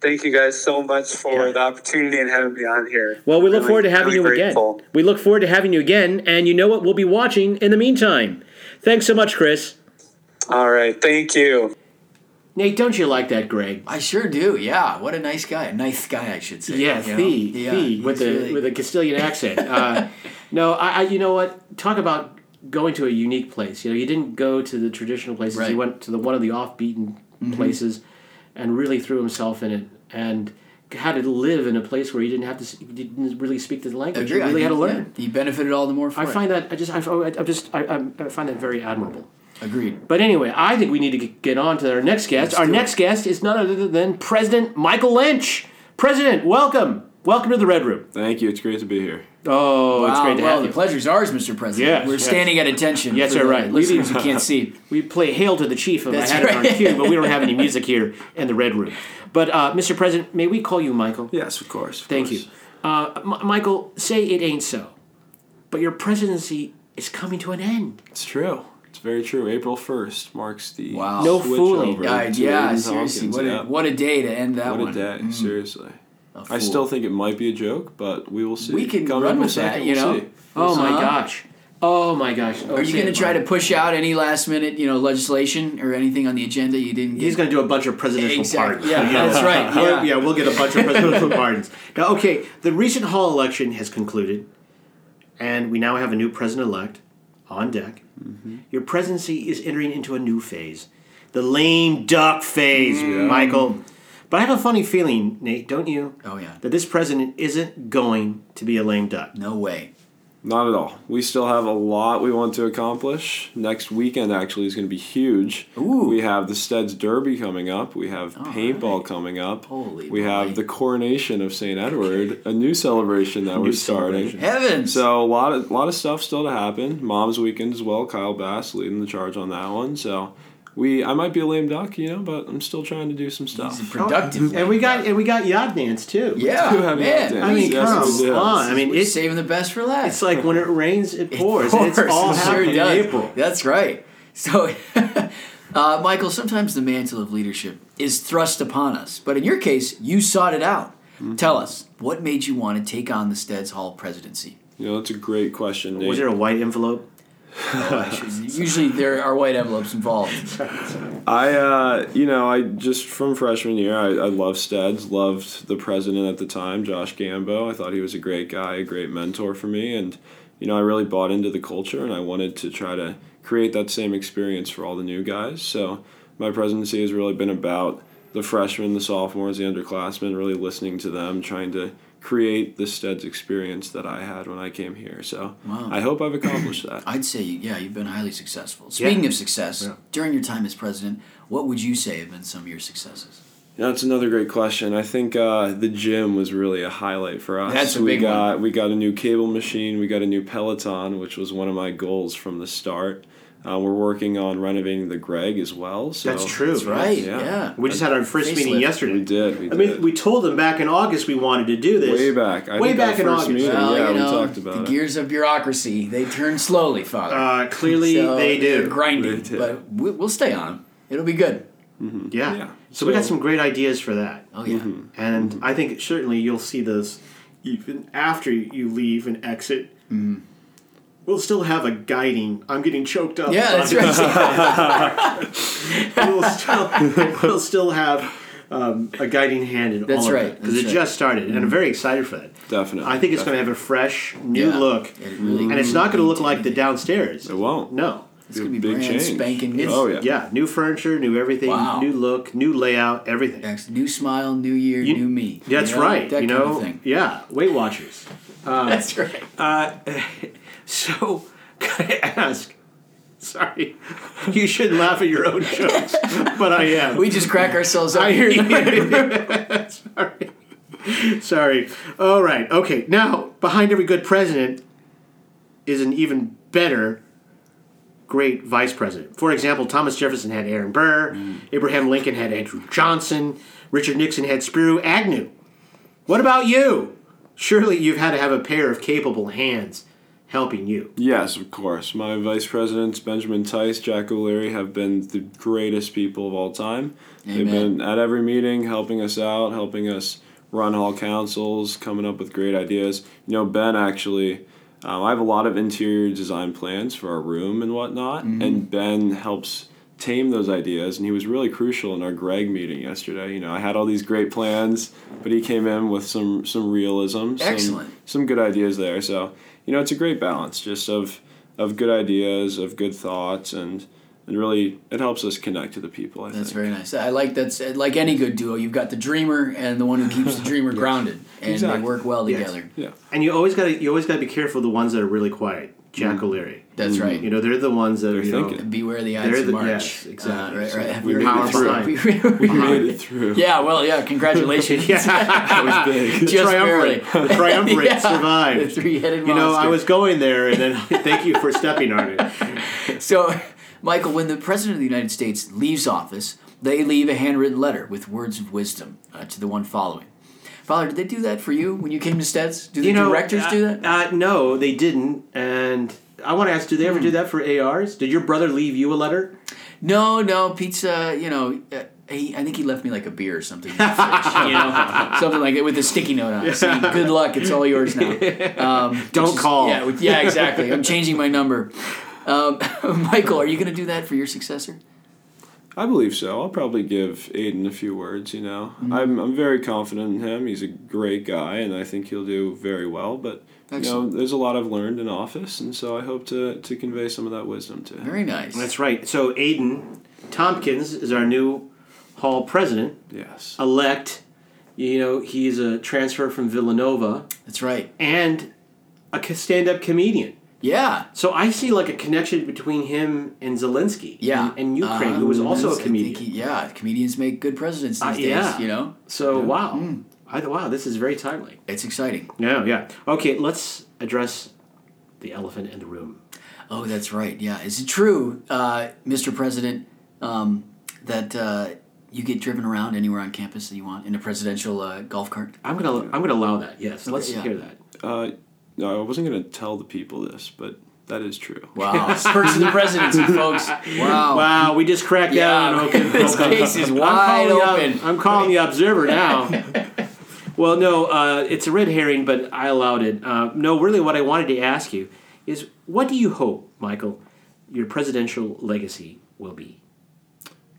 [SPEAKER 5] thank you guys so much for the opportunity and having me on here.
[SPEAKER 1] Well, we look
[SPEAKER 5] Really-
[SPEAKER 1] forward to having
[SPEAKER 5] really
[SPEAKER 1] you
[SPEAKER 5] grateful.
[SPEAKER 1] again. We look forward to having you again, and you know what? We'll be watching in the meantime. Thanks so much, Chris.
[SPEAKER 5] All right, thank you.
[SPEAKER 1] Nate, don't you like that, Greg?
[SPEAKER 2] I sure do. Yeah, what a nice guy. Nice guy, I should say.
[SPEAKER 1] Yeah,
[SPEAKER 2] you
[SPEAKER 1] the
[SPEAKER 2] know?
[SPEAKER 1] the with
[SPEAKER 2] he's
[SPEAKER 1] the
[SPEAKER 2] really-
[SPEAKER 1] with a Castilian accent. Uh, no, I, I you know what? Talk about going to a unique place. You know, you didn't go to the traditional places. He
[SPEAKER 2] Right.
[SPEAKER 1] went to the one of the off beaten places, and really threw himself in it and had to live in a place where he didn't have to s- he didn't really speak the language. He
[SPEAKER 2] Agree, I
[SPEAKER 1] really had to
[SPEAKER 2] think,
[SPEAKER 1] learn.
[SPEAKER 2] yeah, he benefited all the more for
[SPEAKER 1] I
[SPEAKER 2] it.
[SPEAKER 1] find that I just I, oh, I just I, I'm- I find that very admirable.
[SPEAKER 2] Agreed.
[SPEAKER 1] But anyway, I think we need to g- get on to our next guest. our
[SPEAKER 2] do it.
[SPEAKER 1] next guest is none other than President Michael Lynch. President, welcome. Welcome to the Red Room.
[SPEAKER 6] Thank you. It's great to be here.
[SPEAKER 1] Oh, it's
[SPEAKER 2] Wow,
[SPEAKER 1] great to
[SPEAKER 2] well,
[SPEAKER 1] have
[SPEAKER 2] the
[SPEAKER 1] you.
[SPEAKER 2] pleasure's ours, Mr. President.
[SPEAKER 1] Yes,
[SPEAKER 2] We're
[SPEAKER 1] yes.
[SPEAKER 2] standing at attention.
[SPEAKER 1] Yes,
[SPEAKER 2] for
[SPEAKER 1] you're
[SPEAKER 2] the
[SPEAKER 1] right.
[SPEAKER 2] Listeners who can't see.
[SPEAKER 1] we play Hail to the Chief, and I
[SPEAKER 2] That's
[SPEAKER 1] had it on
[SPEAKER 2] right.
[SPEAKER 1] cue, but we don't have any music here in the Red Room. But, uh, Mr. President, may we call you Michael?
[SPEAKER 6] Yes, of course. of
[SPEAKER 1] Thank
[SPEAKER 6] course.
[SPEAKER 1] you. Uh, M- Michael, say it ain't so, but your presidency is coming to an end.
[SPEAKER 6] It's true. It's very true. April 1st marks the
[SPEAKER 2] Wow.
[SPEAKER 1] No
[SPEAKER 6] switch
[SPEAKER 1] fooling.
[SPEAKER 6] over
[SPEAKER 2] Yeah,
[SPEAKER 6] to
[SPEAKER 2] yeah
[SPEAKER 6] Aiden
[SPEAKER 2] seriously.
[SPEAKER 6] Hawkins.
[SPEAKER 2] What
[SPEAKER 6] Yeah.
[SPEAKER 2] a, what a day to end that
[SPEAKER 6] What a
[SPEAKER 2] one. Mm.
[SPEAKER 6] day. Seriously. I
[SPEAKER 2] fool.
[SPEAKER 6] still think it might be a joke, but we will see.
[SPEAKER 2] We can
[SPEAKER 6] Come
[SPEAKER 2] run
[SPEAKER 6] April
[SPEAKER 2] with that,
[SPEAKER 6] 2nd,
[SPEAKER 2] you
[SPEAKER 6] we'll
[SPEAKER 2] know?
[SPEAKER 6] see.
[SPEAKER 1] Oh, my
[SPEAKER 2] Uh-huh.
[SPEAKER 1] gosh. Oh, my gosh. Oh,
[SPEAKER 2] Are you
[SPEAKER 1] say
[SPEAKER 2] going to
[SPEAKER 1] it,
[SPEAKER 2] try to
[SPEAKER 1] Michael.
[SPEAKER 2] push out any last minute, you know, legislation or anything on the agenda you didn't get?
[SPEAKER 3] He's going to do a bunch of presidential
[SPEAKER 2] Exactly.
[SPEAKER 3] pardons.
[SPEAKER 2] Yeah,
[SPEAKER 3] You know,
[SPEAKER 2] that's right.
[SPEAKER 3] we'll- yeah,
[SPEAKER 2] Yeah.
[SPEAKER 3] we'll get a bunch of presidential pardons. Now, okay, the recent Hall election has concluded, and we now have a new president-elect on deck.
[SPEAKER 2] Mm-hmm.
[SPEAKER 3] Your presidency is entering into a new phase, the lame duck phase, Michael. But I have a funny feeling, Nate, don't you?
[SPEAKER 2] Oh, yeah.
[SPEAKER 3] That this president isn't going to be a lame duck.
[SPEAKER 2] no way.
[SPEAKER 6] Not at all. We still have a lot we want to accomplish. Next weekend actually is going to be huge.
[SPEAKER 2] Ooh.
[SPEAKER 6] We have the Steads Derby coming up. We have paintball coming up.
[SPEAKER 2] Holy
[SPEAKER 6] we
[SPEAKER 2] moly.
[SPEAKER 6] have the coronation of St. Edward, a new celebration that we're starting.
[SPEAKER 2] Heavens.
[SPEAKER 6] So a lot of lot of stuff still to happen. Mom's weekend as well. Kyle Bass leading the charge on that one. So we I might be a lame duck, you know, but I'm still trying to do some stuff.
[SPEAKER 2] He's a productive.
[SPEAKER 3] And we got and we got yacht dance too.
[SPEAKER 2] yeah,
[SPEAKER 6] do have
[SPEAKER 2] man.
[SPEAKER 6] that
[SPEAKER 3] I mean,
[SPEAKER 6] Yes,
[SPEAKER 3] come
[SPEAKER 6] we do.
[SPEAKER 3] on. I mean,
[SPEAKER 2] We're
[SPEAKER 3] it's
[SPEAKER 2] saving the best for last.
[SPEAKER 3] it's like when it rains, it pours. and
[SPEAKER 2] Of
[SPEAKER 3] it's all
[SPEAKER 2] course, it
[SPEAKER 3] happening
[SPEAKER 2] does.
[SPEAKER 3] in April.
[SPEAKER 2] That's right. So, uh, Michael, sometimes the mantle of leadership is thrust upon us, but in your case, you sought it out.
[SPEAKER 3] Mm-hmm.
[SPEAKER 2] Tell us what made you want to take on the Steds Hall presidency.
[SPEAKER 6] You know, that's a great question, Nate.
[SPEAKER 3] Was there a white envelope?
[SPEAKER 2] Usually, there are white envelopes involved.
[SPEAKER 6] I, uh, you know, I just from freshman year, I, I loved Steds, loved the president at the time, Josh Gambo. I thought he was a great guy, a great mentor for me, and you know, I really bought into the culture, and I wanted to try to create that same experience for all the new guys. So my presidency has really been about the freshmen, the sophomores, the underclassmen, really listening to them, trying to create the Steds experience that I had when I came here. So I hope I've accomplished that.
[SPEAKER 2] I'd say, yeah, you've been highly successful. Speaking of success, during your time as president, what would you say have been some of your successes?
[SPEAKER 6] Yeah, That's another great question. I think uh, the gym was really a highlight for us.
[SPEAKER 2] That's a
[SPEAKER 6] we
[SPEAKER 2] big
[SPEAKER 6] got we got a new cable machine, we got a new Peloton, which was one of my goals from the start. Uh, we're working on renovating the Greg as well. So
[SPEAKER 3] That's true.
[SPEAKER 2] That's right.
[SPEAKER 6] yeah.
[SPEAKER 2] Yeah.
[SPEAKER 3] We just had our first
[SPEAKER 2] Facelift.
[SPEAKER 3] meeting yesterday.
[SPEAKER 6] We did. We
[SPEAKER 3] I
[SPEAKER 6] did.
[SPEAKER 3] mean, we told them back in August we wanted to do this.
[SPEAKER 6] way back. I
[SPEAKER 3] way
[SPEAKER 6] think
[SPEAKER 3] back
[SPEAKER 6] our
[SPEAKER 3] in
[SPEAKER 6] first
[SPEAKER 3] August.
[SPEAKER 6] meeting,
[SPEAKER 2] Well,
[SPEAKER 6] yeah,
[SPEAKER 2] you
[SPEAKER 6] we
[SPEAKER 2] know,
[SPEAKER 6] talked about
[SPEAKER 2] the
[SPEAKER 6] it.
[SPEAKER 2] gears of bureaucracy, they turn slowly, Father.
[SPEAKER 3] Uh, clearly,
[SPEAKER 2] So
[SPEAKER 3] they
[SPEAKER 2] they're
[SPEAKER 3] do.
[SPEAKER 2] grinding,
[SPEAKER 6] They do.
[SPEAKER 2] but we, we'll stay on. It'll be good.
[SPEAKER 3] yeah.
[SPEAKER 6] Yeah.
[SPEAKER 3] So, we got
[SPEAKER 6] So-
[SPEAKER 3] some great ideas for that,
[SPEAKER 2] Oh yeah,
[SPEAKER 3] and I think certainly you'll see those even after you leave and exit.
[SPEAKER 2] Mm.
[SPEAKER 3] We'll still have a guiding. I'm getting choked up.
[SPEAKER 2] yeah, that's right.
[SPEAKER 3] we'll, still, we'll still have um, a guiding hand in
[SPEAKER 2] That's
[SPEAKER 3] all
[SPEAKER 2] right,
[SPEAKER 3] of because
[SPEAKER 2] that's
[SPEAKER 3] it
[SPEAKER 2] right. Mm.
[SPEAKER 3] just started, and I'm very excited for that.
[SPEAKER 6] Definitely,
[SPEAKER 3] I think it's going to have a fresh, new
[SPEAKER 2] Yeah.
[SPEAKER 3] look,
[SPEAKER 2] It really
[SPEAKER 3] and it's not going to look like the downstairs.
[SPEAKER 6] It won't.
[SPEAKER 3] No.
[SPEAKER 2] It's gonna be
[SPEAKER 6] Big
[SPEAKER 2] brand
[SPEAKER 6] change.
[SPEAKER 2] spanking new.
[SPEAKER 6] Oh yeah.
[SPEAKER 3] Yeah, new furniture, new everything,
[SPEAKER 2] Wow.
[SPEAKER 3] new look, new layout, everything.
[SPEAKER 2] Next, new smile, new year,
[SPEAKER 3] You-
[SPEAKER 2] new me.
[SPEAKER 3] That's
[SPEAKER 2] You know,
[SPEAKER 3] right.
[SPEAKER 2] That
[SPEAKER 3] you
[SPEAKER 2] kind
[SPEAKER 3] know, Uh,
[SPEAKER 2] of thing.
[SPEAKER 3] yeah, Weight Watchers.
[SPEAKER 2] that's right.
[SPEAKER 3] So, can I ask? Sorry, you shouldn't laugh at your own jokes, but I am.
[SPEAKER 2] We just crack ourselves up.
[SPEAKER 3] I hear you. Sorry. Sorry. All right. Okay. Now, behind every good president is an even better great vice president. For example, Thomas Jefferson had Aaron Burr, Abraham Lincoln had Andrew Johnson, Richard Nixon had Spiro Agnew. What about you? Surely you've had to have a pair of capable hands helping you.
[SPEAKER 6] Yes, of course. My vice presidents, Benjamin Tice, Jack O'Leary, have been the greatest people of all time. They've
[SPEAKER 2] Amen.
[SPEAKER 6] been at every meeting, helping us out, helping us run hall councils, coming up with great ideas. You know, Ben actually, um, I have a lot of interior design plans for our room and whatnot,
[SPEAKER 2] Mm-hmm.
[SPEAKER 6] and Ben helps tame those ideas and he was really crucial in our greg meeting yesterday you know i had all these great plans but he came in with some some realism some-
[SPEAKER 2] Excellent.
[SPEAKER 6] some good ideas there. So you know, it's a great balance just of of good ideas, of good thoughts, and and really it helps us connect to the people. I
[SPEAKER 2] That's
[SPEAKER 6] think.
[SPEAKER 2] very nice. I like that's like any good duo. You've got the dreamer and the one who keeps the dreamer grounded, and
[SPEAKER 6] Exactly.
[SPEAKER 2] they work well
[SPEAKER 3] Yes.
[SPEAKER 2] together.
[SPEAKER 6] yeah.
[SPEAKER 3] And you always got to you always got to be careful of the ones that are really quiet. Jack O'Leary.
[SPEAKER 2] That's right.
[SPEAKER 3] You know, they're the ones that are
[SPEAKER 6] They're
[SPEAKER 3] you know,
[SPEAKER 6] thinking.
[SPEAKER 2] Beware the
[SPEAKER 3] They're
[SPEAKER 2] Ides of
[SPEAKER 3] the-
[SPEAKER 2] March.
[SPEAKER 3] yes, exactly.
[SPEAKER 2] Uh, right, right. Have
[SPEAKER 3] We
[SPEAKER 2] we
[SPEAKER 3] made
[SPEAKER 2] already
[SPEAKER 3] it
[SPEAKER 2] discussed-
[SPEAKER 6] We made it through.
[SPEAKER 2] yeah, well, yeah. Congratulations.
[SPEAKER 3] Yeah.
[SPEAKER 6] That was big.
[SPEAKER 2] Just
[SPEAKER 3] triumvirate.
[SPEAKER 2] barely.
[SPEAKER 3] The triumvirate
[SPEAKER 2] Yeah.
[SPEAKER 3] survived.
[SPEAKER 2] The three-headed
[SPEAKER 3] You know, I
[SPEAKER 2] monster.
[SPEAKER 3] was going there, and then thank you for stepping on it.
[SPEAKER 2] So, Michael, when the President of the United States leaves office, they leave a handwritten letter with words of wisdom uh, to the one following. Father, did they do that for you when you came to Steds? Do the
[SPEAKER 3] You know,
[SPEAKER 2] directors
[SPEAKER 3] uh,
[SPEAKER 2] do that?
[SPEAKER 3] Uh, no, they didn't. And I want to ask, do they ever
[SPEAKER 2] Hmm.
[SPEAKER 3] do that for ARs? Did your brother leave you a letter?
[SPEAKER 2] No, no, pizza. You know, uh, he, I think he left me like a beer or something, in the fridge, you know, something like it with a sticky note on it. Saying, Good luck, it's all yours now. Um, which
[SPEAKER 3] Don't
[SPEAKER 2] is-
[SPEAKER 3] call.
[SPEAKER 2] Yeah, which- yeah, exactly. I'm changing my number. Um, Michael, are you going to do that for your successor?
[SPEAKER 6] I believe so. I'll probably give Aiden a few words. You know, I'm I'm very confident in him. He's a great guy, and I think he'll do very well. But you
[SPEAKER 2] Excellent.
[SPEAKER 6] know, there's a lot I've learned in office, and so I hope to to convey some of that wisdom to him.
[SPEAKER 2] Very nice.
[SPEAKER 3] That's right. So Aiden Tompkins is our new hall president
[SPEAKER 6] yes.
[SPEAKER 3] elect. You know, he's a transfer from Villanova
[SPEAKER 2] That's right.
[SPEAKER 3] and a stand up comedian.
[SPEAKER 2] Yeah.
[SPEAKER 3] So I see like a connection between him and Zelensky.
[SPEAKER 2] Yeah.
[SPEAKER 3] And, and Ukraine,
[SPEAKER 2] Uh,
[SPEAKER 3] who was
[SPEAKER 2] I
[SPEAKER 3] also a
[SPEAKER 2] think
[SPEAKER 3] comedian.
[SPEAKER 2] he- yeah, comedians make good presidents these
[SPEAKER 3] Uh,
[SPEAKER 2] days,
[SPEAKER 3] yeah.
[SPEAKER 2] you know?
[SPEAKER 3] so wow.
[SPEAKER 2] Hmm.
[SPEAKER 3] I thought, wow, this is very timely.
[SPEAKER 2] It's exciting.
[SPEAKER 3] Yeah, yeah. Okay, let's address the elephant in the room.
[SPEAKER 2] Oh, that's right. Yeah. Is it true, uh, Mr. President, um, that uh, you get driven around anywhere on campus that you want in a presidential uh, golf cart?
[SPEAKER 3] I'm gonna I'm gonna allow that. Yes, let's
[SPEAKER 2] yeah.
[SPEAKER 3] hear that.
[SPEAKER 6] Uh, no, I wasn't gonna tell the people this, but that is true.
[SPEAKER 2] Wow. Perks of the presidency, folks. Wow.
[SPEAKER 3] Wow, we just cracked that
[SPEAKER 2] Oh. Yeah,
[SPEAKER 3] on open.
[SPEAKER 2] this case is
[SPEAKER 3] I'm
[SPEAKER 2] wide
[SPEAKER 3] calling
[SPEAKER 2] open.
[SPEAKER 3] the- I'm calling the observer now. well, no, uh, it's a red herring, but I allowed it. Uh, no, really, what I wanted to ask you is, what do you hope, Michael, your presidential legacy will be?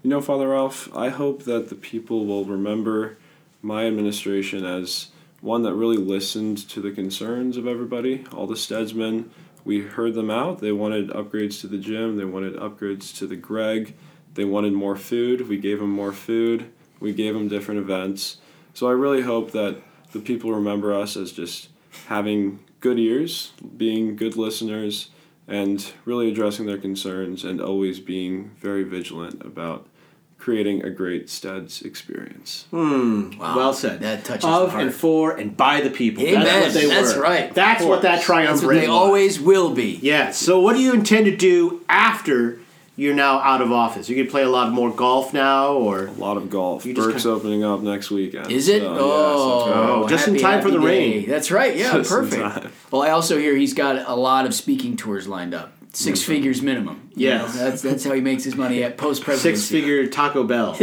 [SPEAKER 6] You know, Father Ralph, I hope that the people will remember my administration as one that really listened to the concerns of everybody, all the Steadsmen. We heard them out. They wanted upgrades to the gym, they wanted upgrades to the Greg, they wanted more food. We gave them more food, we gave them different events. So I really hope that the people remember us as just having good ears, being good listeners, and really addressing their concerns and always being very vigilant about creating a great studs experience.
[SPEAKER 2] Wow.
[SPEAKER 3] Well said.
[SPEAKER 2] That touches the
[SPEAKER 3] of
[SPEAKER 2] heart.
[SPEAKER 3] and for and by the people.
[SPEAKER 2] Amen.
[SPEAKER 3] That's what they
[SPEAKER 2] That's
[SPEAKER 3] were.
[SPEAKER 2] right.
[SPEAKER 3] That's
[SPEAKER 2] Of
[SPEAKER 3] what that triumvirate
[SPEAKER 2] That's what they
[SPEAKER 3] was.
[SPEAKER 2] always will be.
[SPEAKER 3] Yeah. So, what do you intend to do after you're now out of office? You can play a lot more golf now, or
[SPEAKER 6] A lot of golf.
[SPEAKER 3] just
[SPEAKER 6] Burke's opening up next weekend.
[SPEAKER 2] Is it?
[SPEAKER 6] so, uh, yes,
[SPEAKER 2] oh,
[SPEAKER 6] that's right.
[SPEAKER 3] Oh, just in time for the
[SPEAKER 2] day.
[SPEAKER 3] rain.
[SPEAKER 2] That's right. Yeah,
[SPEAKER 6] Just in
[SPEAKER 2] perfect.
[SPEAKER 6] time.
[SPEAKER 2] Well, I also hear he's got a lot of speaking tours lined up. 6 figures minimum. you
[SPEAKER 3] Yes.
[SPEAKER 2] know, that's that's how he makes his money at post presidency.
[SPEAKER 3] six figure Taco Bell?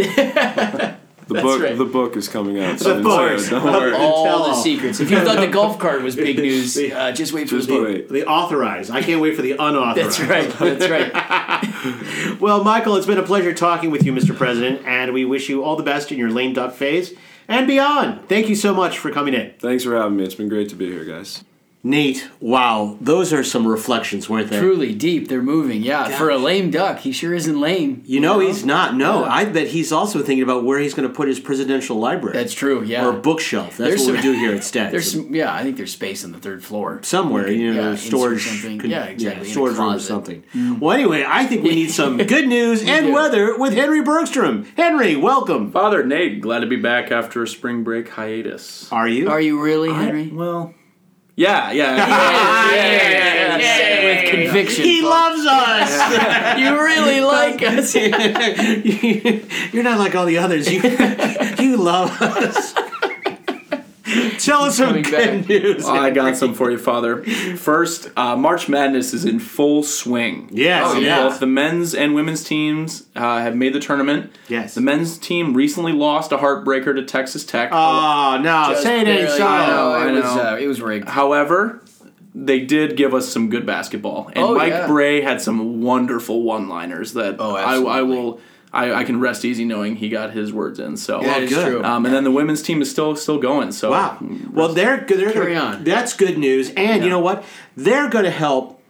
[SPEAKER 6] the book.
[SPEAKER 2] right.
[SPEAKER 6] The book is coming out. soon,
[SPEAKER 3] book.
[SPEAKER 6] so don't worry.
[SPEAKER 2] All
[SPEAKER 3] Tell
[SPEAKER 2] the
[SPEAKER 3] all.
[SPEAKER 2] secrets. If you thought the golf cart was big news, uh, just wait for
[SPEAKER 6] Just
[SPEAKER 2] the book.
[SPEAKER 6] wait.
[SPEAKER 3] the authorized. I can't wait for the unauthorized.
[SPEAKER 2] That's right. That's right.
[SPEAKER 3] Well, Michael, it's been a pleasure talking with you, Mr. President, and we wish you all the best in your lame duck phase and beyond. Thank you so much for coming in.
[SPEAKER 6] Thanks for having me. It's been great to be here, guys.
[SPEAKER 3] Nate, wow, those are some reflections, weren't they?
[SPEAKER 2] Truly deep. They're moving. Yeah. For a lame duck, he sure isn't lame.
[SPEAKER 3] You know he's not. No, I bet he's also thinking about where he's going to put his presidential library
[SPEAKER 2] That's true. Yeah.
[SPEAKER 3] or bookshelf. That's
[SPEAKER 2] There's
[SPEAKER 3] what we do
[SPEAKER 2] some-
[SPEAKER 3] here at Stats.
[SPEAKER 2] There's some, yeah. I think there's space on the third floor.
[SPEAKER 3] somewhere, you know,
[SPEAKER 2] yeah, insert
[SPEAKER 3] storage,
[SPEAKER 2] something.
[SPEAKER 3] con-
[SPEAKER 2] Yeah, exactly, in a
[SPEAKER 3] storage room or
[SPEAKER 2] closet. Mm.
[SPEAKER 3] something. Well, anyway, I think we need some good news and
[SPEAKER 2] do.
[SPEAKER 3] weather with Henry Bergstrom. Henry, welcome.
[SPEAKER 7] Father Nate, glad to be back after a spring break hiatus.
[SPEAKER 3] Are you?
[SPEAKER 2] Are you really Henry?
[SPEAKER 7] Well, yeah, yeah.
[SPEAKER 2] yeah, yeah, yeah, yeah, yeah, yeah, with conviction.
[SPEAKER 3] He loves us.
[SPEAKER 2] you really like us.
[SPEAKER 3] You're not like all the others. You, you love us. Tell us some
[SPEAKER 2] coming
[SPEAKER 3] good
[SPEAKER 2] back. Oh,
[SPEAKER 3] news.
[SPEAKER 8] I got some for you, Father. First, uh, March Madness is in full swing.
[SPEAKER 3] Yes,
[SPEAKER 8] So
[SPEAKER 3] yeah.
[SPEAKER 8] Both the men's and women's teams uh, have made the tournament.
[SPEAKER 3] Yes.
[SPEAKER 8] The men's team recently lost a heartbreaker to Texas Tech.
[SPEAKER 2] Uh,
[SPEAKER 3] Oh no, say it ain't
[SPEAKER 2] Barely,
[SPEAKER 3] so.
[SPEAKER 2] I know,
[SPEAKER 8] I
[SPEAKER 2] it was,
[SPEAKER 8] know.
[SPEAKER 2] uh, it was rigged.
[SPEAKER 8] However, they did give us some good basketball, and
[SPEAKER 2] Oh,
[SPEAKER 8] Mike
[SPEAKER 2] yeah.
[SPEAKER 8] Bray had some wonderful one-liners that
[SPEAKER 2] Oh,
[SPEAKER 8] I, I
[SPEAKER 2] absolutely.
[SPEAKER 8] will. I, I can rest easy knowing he got his words in. So
[SPEAKER 2] That is
[SPEAKER 3] good.
[SPEAKER 2] true.
[SPEAKER 8] Um, and then the women's team is still still going. So
[SPEAKER 3] Wow. Well, they're they're
[SPEAKER 2] Carry
[SPEAKER 3] gonna,
[SPEAKER 2] on.
[SPEAKER 3] That's good news, and you know what? They're going to help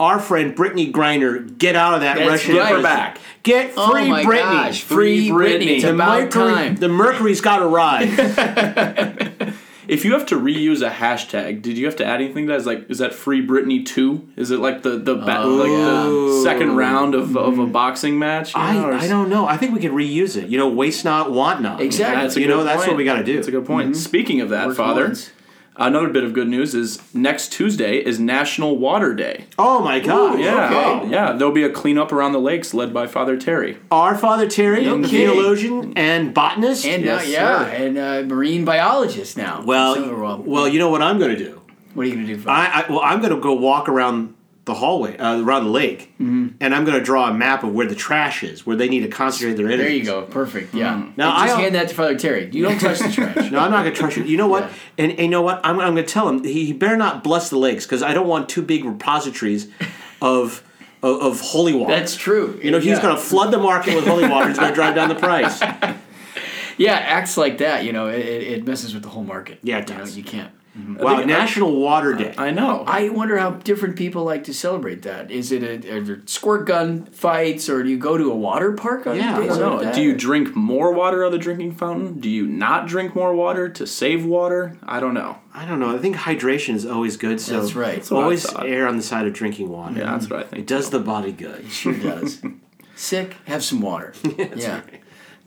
[SPEAKER 3] our friend Brittany Griner get out of that
[SPEAKER 2] That's
[SPEAKER 3] Russian.
[SPEAKER 8] get her
[SPEAKER 2] right.
[SPEAKER 8] back.
[SPEAKER 3] Get free
[SPEAKER 2] oh my
[SPEAKER 3] Brittany.
[SPEAKER 2] gosh, free,
[SPEAKER 8] Free
[SPEAKER 2] Brittany.
[SPEAKER 8] Britney.
[SPEAKER 2] It's
[SPEAKER 8] The
[SPEAKER 2] about
[SPEAKER 3] Mercury,
[SPEAKER 2] time.
[SPEAKER 3] The Mercury's got to ride.
[SPEAKER 8] If you have to reuse a hashtag, did you have to add anything to that? Is like is that free Britney two? Is it like the the, ba-
[SPEAKER 3] Oh.
[SPEAKER 8] like the second round of, of a boxing match? you know, or
[SPEAKER 3] Mm-hmm. I, I
[SPEAKER 8] is-
[SPEAKER 3] don't know. I think we could reuse it. You know, waste not, want not.
[SPEAKER 2] Exactly.
[SPEAKER 8] That's a
[SPEAKER 3] you
[SPEAKER 8] good
[SPEAKER 3] know, that's
[SPEAKER 8] point.
[SPEAKER 3] what we got to do. Mm-hmm.
[SPEAKER 8] That's a good point. Speaking of that,
[SPEAKER 2] Work
[SPEAKER 8] Father,
[SPEAKER 2] loads.
[SPEAKER 8] another bit of good news is next Tuesday is National Water Day.
[SPEAKER 3] Oh my God!
[SPEAKER 8] Yeah,
[SPEAKER 2] Oh.
[SPEAKER 3] Wow.
[SPEAKER 8] yeah. There'll be a cleanup around the lakes led by Father Terry.
[SPEAKER 3] Our Father Terry,
[SPEAKER 2] No
[SPEAKER 3] the
[SPEAKER 2] kidding.
[SPEAKER 3] theologian and botanist,
[SPEAKER 2] And
[SPEAKER 8] Yes,
[SPEAKER 2] uh, yeah,
[SPEAKER 8] sir.
[SPEAKER 2] and uh, marine biologist now.
[SPEAKER 3] well,
[SPEAKER 2] So, well,
[SPEAKER 3] well, you know what I'm going to do.
[SPEAKER 2] what are you gonna do? For
[SPEAKER 3] I, I well, I'm going to go walk around the hallway, uh, around the lake,
[SPEAKER 2] Mm-hmm.
[SPEAKER 3] and I'm going to draw a map of where the trash is, where they need to concentrate their energy.
[SPEAKER 2] there you go. Perfect. Yeah.
[SPEAKER 3] Now,
[SPEAKER 2] Now
[SPEAKER 3] I
[SPEAKER 2] Hmm. just
[SPEAKER 3] don't-
[SPEAKER 2] hand that to Father Terry. You don't touch the trash.
[SPEAKER 3] No, I'm not going to trust you. You know what?
[SPEAKER 2] Yeah.
[SPEAKER 3] And, and you know what? I'm, I'm going to tell him he, he better not bless the lakes because I don't want two big repositories of of, of holy water.
[SPEAKER 2] That's true.
[SPEAKER 3] you know he's
[SPEAKER 2] Yeah.
[SPEAKER 3] going to flood the market with holy water. He's going to drive down the price.
[SPEAKER 2] Yeah, acts like that. You know, it, it it messes with the whole market.
[SPEAKER 3] Yeah, it
[SPEAKER 2] You know,
[SPEAKER 3] does.
[SPEAKER 2] You can't.
[SPEAKER 3] Wow, National Water Day.
[SPEAKER 8] I know.
[SPEAKER 2] I wonder how different people like to celebrate that. Is it a, are there squirt gun fights, or do you go to a water park on
[SPEAKER 3] Yeah, I
[SPEAKER 2] days
[SPEAKER 3] don't
[SPEAKER 2] like
[SPEAKER 8] no,
[SPEAKER 2] that?
[SPEAKER 8] do you drink more water out of the drinking fountain? Do you not drink more water to save water? I don't know.
[SPEAKER 3] I don't know. I think hydration is always good. So
[SPEAKER 2] That's right. That's
[SPEAKER 8] what I
[SPEAKER 3] Always
[SPEAKER 8] thought.
[SPEAKER 3] err on the side of drinking water.
[SPEAKER 8] Yeah, that's what I think.
[SPEAKER 3] Mm. It does the body good.
[SPEAKER 2] Sure does. Sick, have some water. yeah.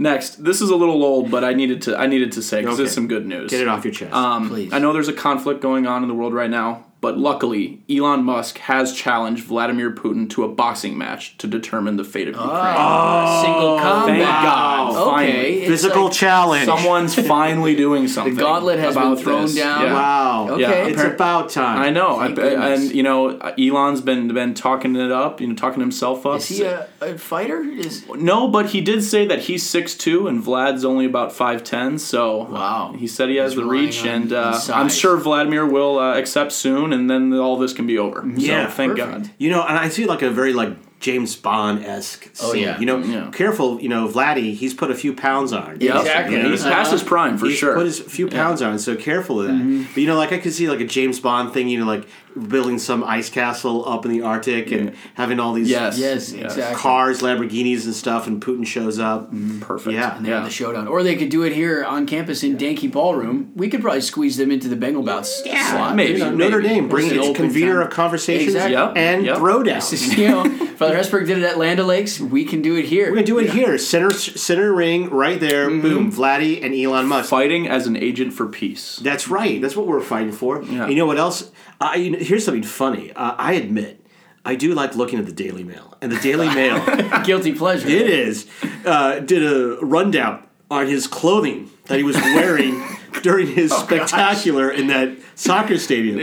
[SPEAKER 8] Next, this is a little old, but I needed to I needed to say because
[SPEAKER 3] Okay.
[SPEAKER 8] it's some good news.
[SPEAKER 3] Get it off your chest.
[SPEAKER 8] Um,
[SPEAKER 2] Please.
[SPEAKER 8] I know there's a conflict going on in the world right now, but luckily Elon Musk has challenged Vladimir Putin to a boxing match to determine the fate of
[SPEAKER 2] Ah.
[SPEAKER 8] Ukraine.
[SPEAKER 2] Oh, single combat.
[SPEAKER 8] Thank God!
[SPEAKER 2] Okay.
[SPEAKER 8] Finally,
[SPEAKER 2] it's
[SPEAKER 3] Physical
[SPEAKER 2] like
[SPEAKER 3] challenge.
[SPEAKER 8] someone's finally doing something.
[SPEAKER 2] gauntlet has been
[SPEAKER 8] about
[SPEAKER 2] thrown
[SPEAKER 8] this.
[SPEAKER 2] down.
[SPEAKER 8] Yeah.
[SPEAKER 3] Wow.
[SPEAKER 2] Okay.
[SPEAKER 8] Yeah,
[SPEAKER 3] It's
[SPEAKER 8] Appar-
[SPEAKER 3] about time.
[SPEAKER 8] I know, I,
[SPEAKER 2] Thank goodness.
[SPEAKER 8] and you know, Elon's been been talking it up, you know, talking himself up.
[SPEAKER 2] Is he a, a fighter? Is
[SPEAKER 8] No, but he did say that he's 6'2 and Vlad's only about 5'10, so
[SPEAKER 2] Wow.
[SPEAKER 8] he said he has
[SPEAKER 2] He's
[SPEAKER 8] the reach,
[SPEAKER 2] relying on-
[SPEAKER 8] and
[SPEAKER 2] on
[SPEAKER 8] uh,
[SPEAKER 2] size.
[SPEAKER 8] I'm sure Vladimir will uh, accept soon, and then all this can be over.
[SPEAKER 3] Yeah,
[SPEAKER 8] so, thank
[SPEAKER 2] perfect.
[SPEAKER 8] God.
[SPEAKER 3] You know, and I see like a very like James Bond esque.
[SPEAKER 2] Oh, yeah.
[SPEAKER 3] You know,
[SPEAKER 8] Yeah.
[SPEAKER 3] careful. You know, Vladdy, he's put a few pounds on.
[SPEAKER 2] Yeah.
[SPEAKER 3] Exactly.
[SPEAKER 8] Yeah, he's past his prime for
[SPEAKER 3] he's
[SPEAKER 8] sure.
[SPEAKER 3] put his few pounds on, so careful of that. But you know, like I could see like a James Bond thing. You know, like building some ice castle up in the Arctic and having all these
[SPEAKER 8] yes,
[SPEAKER 2] yes, exactly.
[SPEAKER 3] cars, Lamborghinis, and stuff, and Putin shows up.
[SPEAKER 8] Perfect.
[SPEAKER 3] Yeah.
[SPEAKER 2] and they have
[SPEAKER 8] yeah.
[SPEAKER 2] the showdown, or they could do it here on campus in Danky Ballroom. We could probably squeeze them into the Bengal Bounce slot.
[SPEAKER 8] maybe.
[SPEAKER 2] You know,
[SPEAKER 3] Notre Dame bringing
[SPEAKER 2] It's an
[SPEAKER 3] its
[SPEAKER 2] open
[SPEAKER 3] convener
[SPEAKER 2] time.
[SPEAKER 3] of conversations
[SPEAKER 2] Exactly.
[SPEAKER 8] Yep,
[SPEAKER 3] and
[SPEAKER 8] yep.
[SPEAKER 3] throwdown.
[SPEAKER 2] you know, Father Hesberg did it at Land O'Lakes. We can do it here.
[SPEAKER 3] We're gonna do it here, center center ring, right there. Boom, Vladdy and Elon Musk.
[SPEAKER 8] Fighting as an agent for peace.
[SPEAKER 3] That's right. That's what we're fighting for. You know what else? I you know, here's something funny. Uh, I admit, I do like looking at the Daily Mail, and the Daily Mail
[SPEAKER 2] Guilty pleasure.
[SPEAKER 3] it is uh, did a rundown on his clothing that he was wearing during his spectacular in that soccer stadium.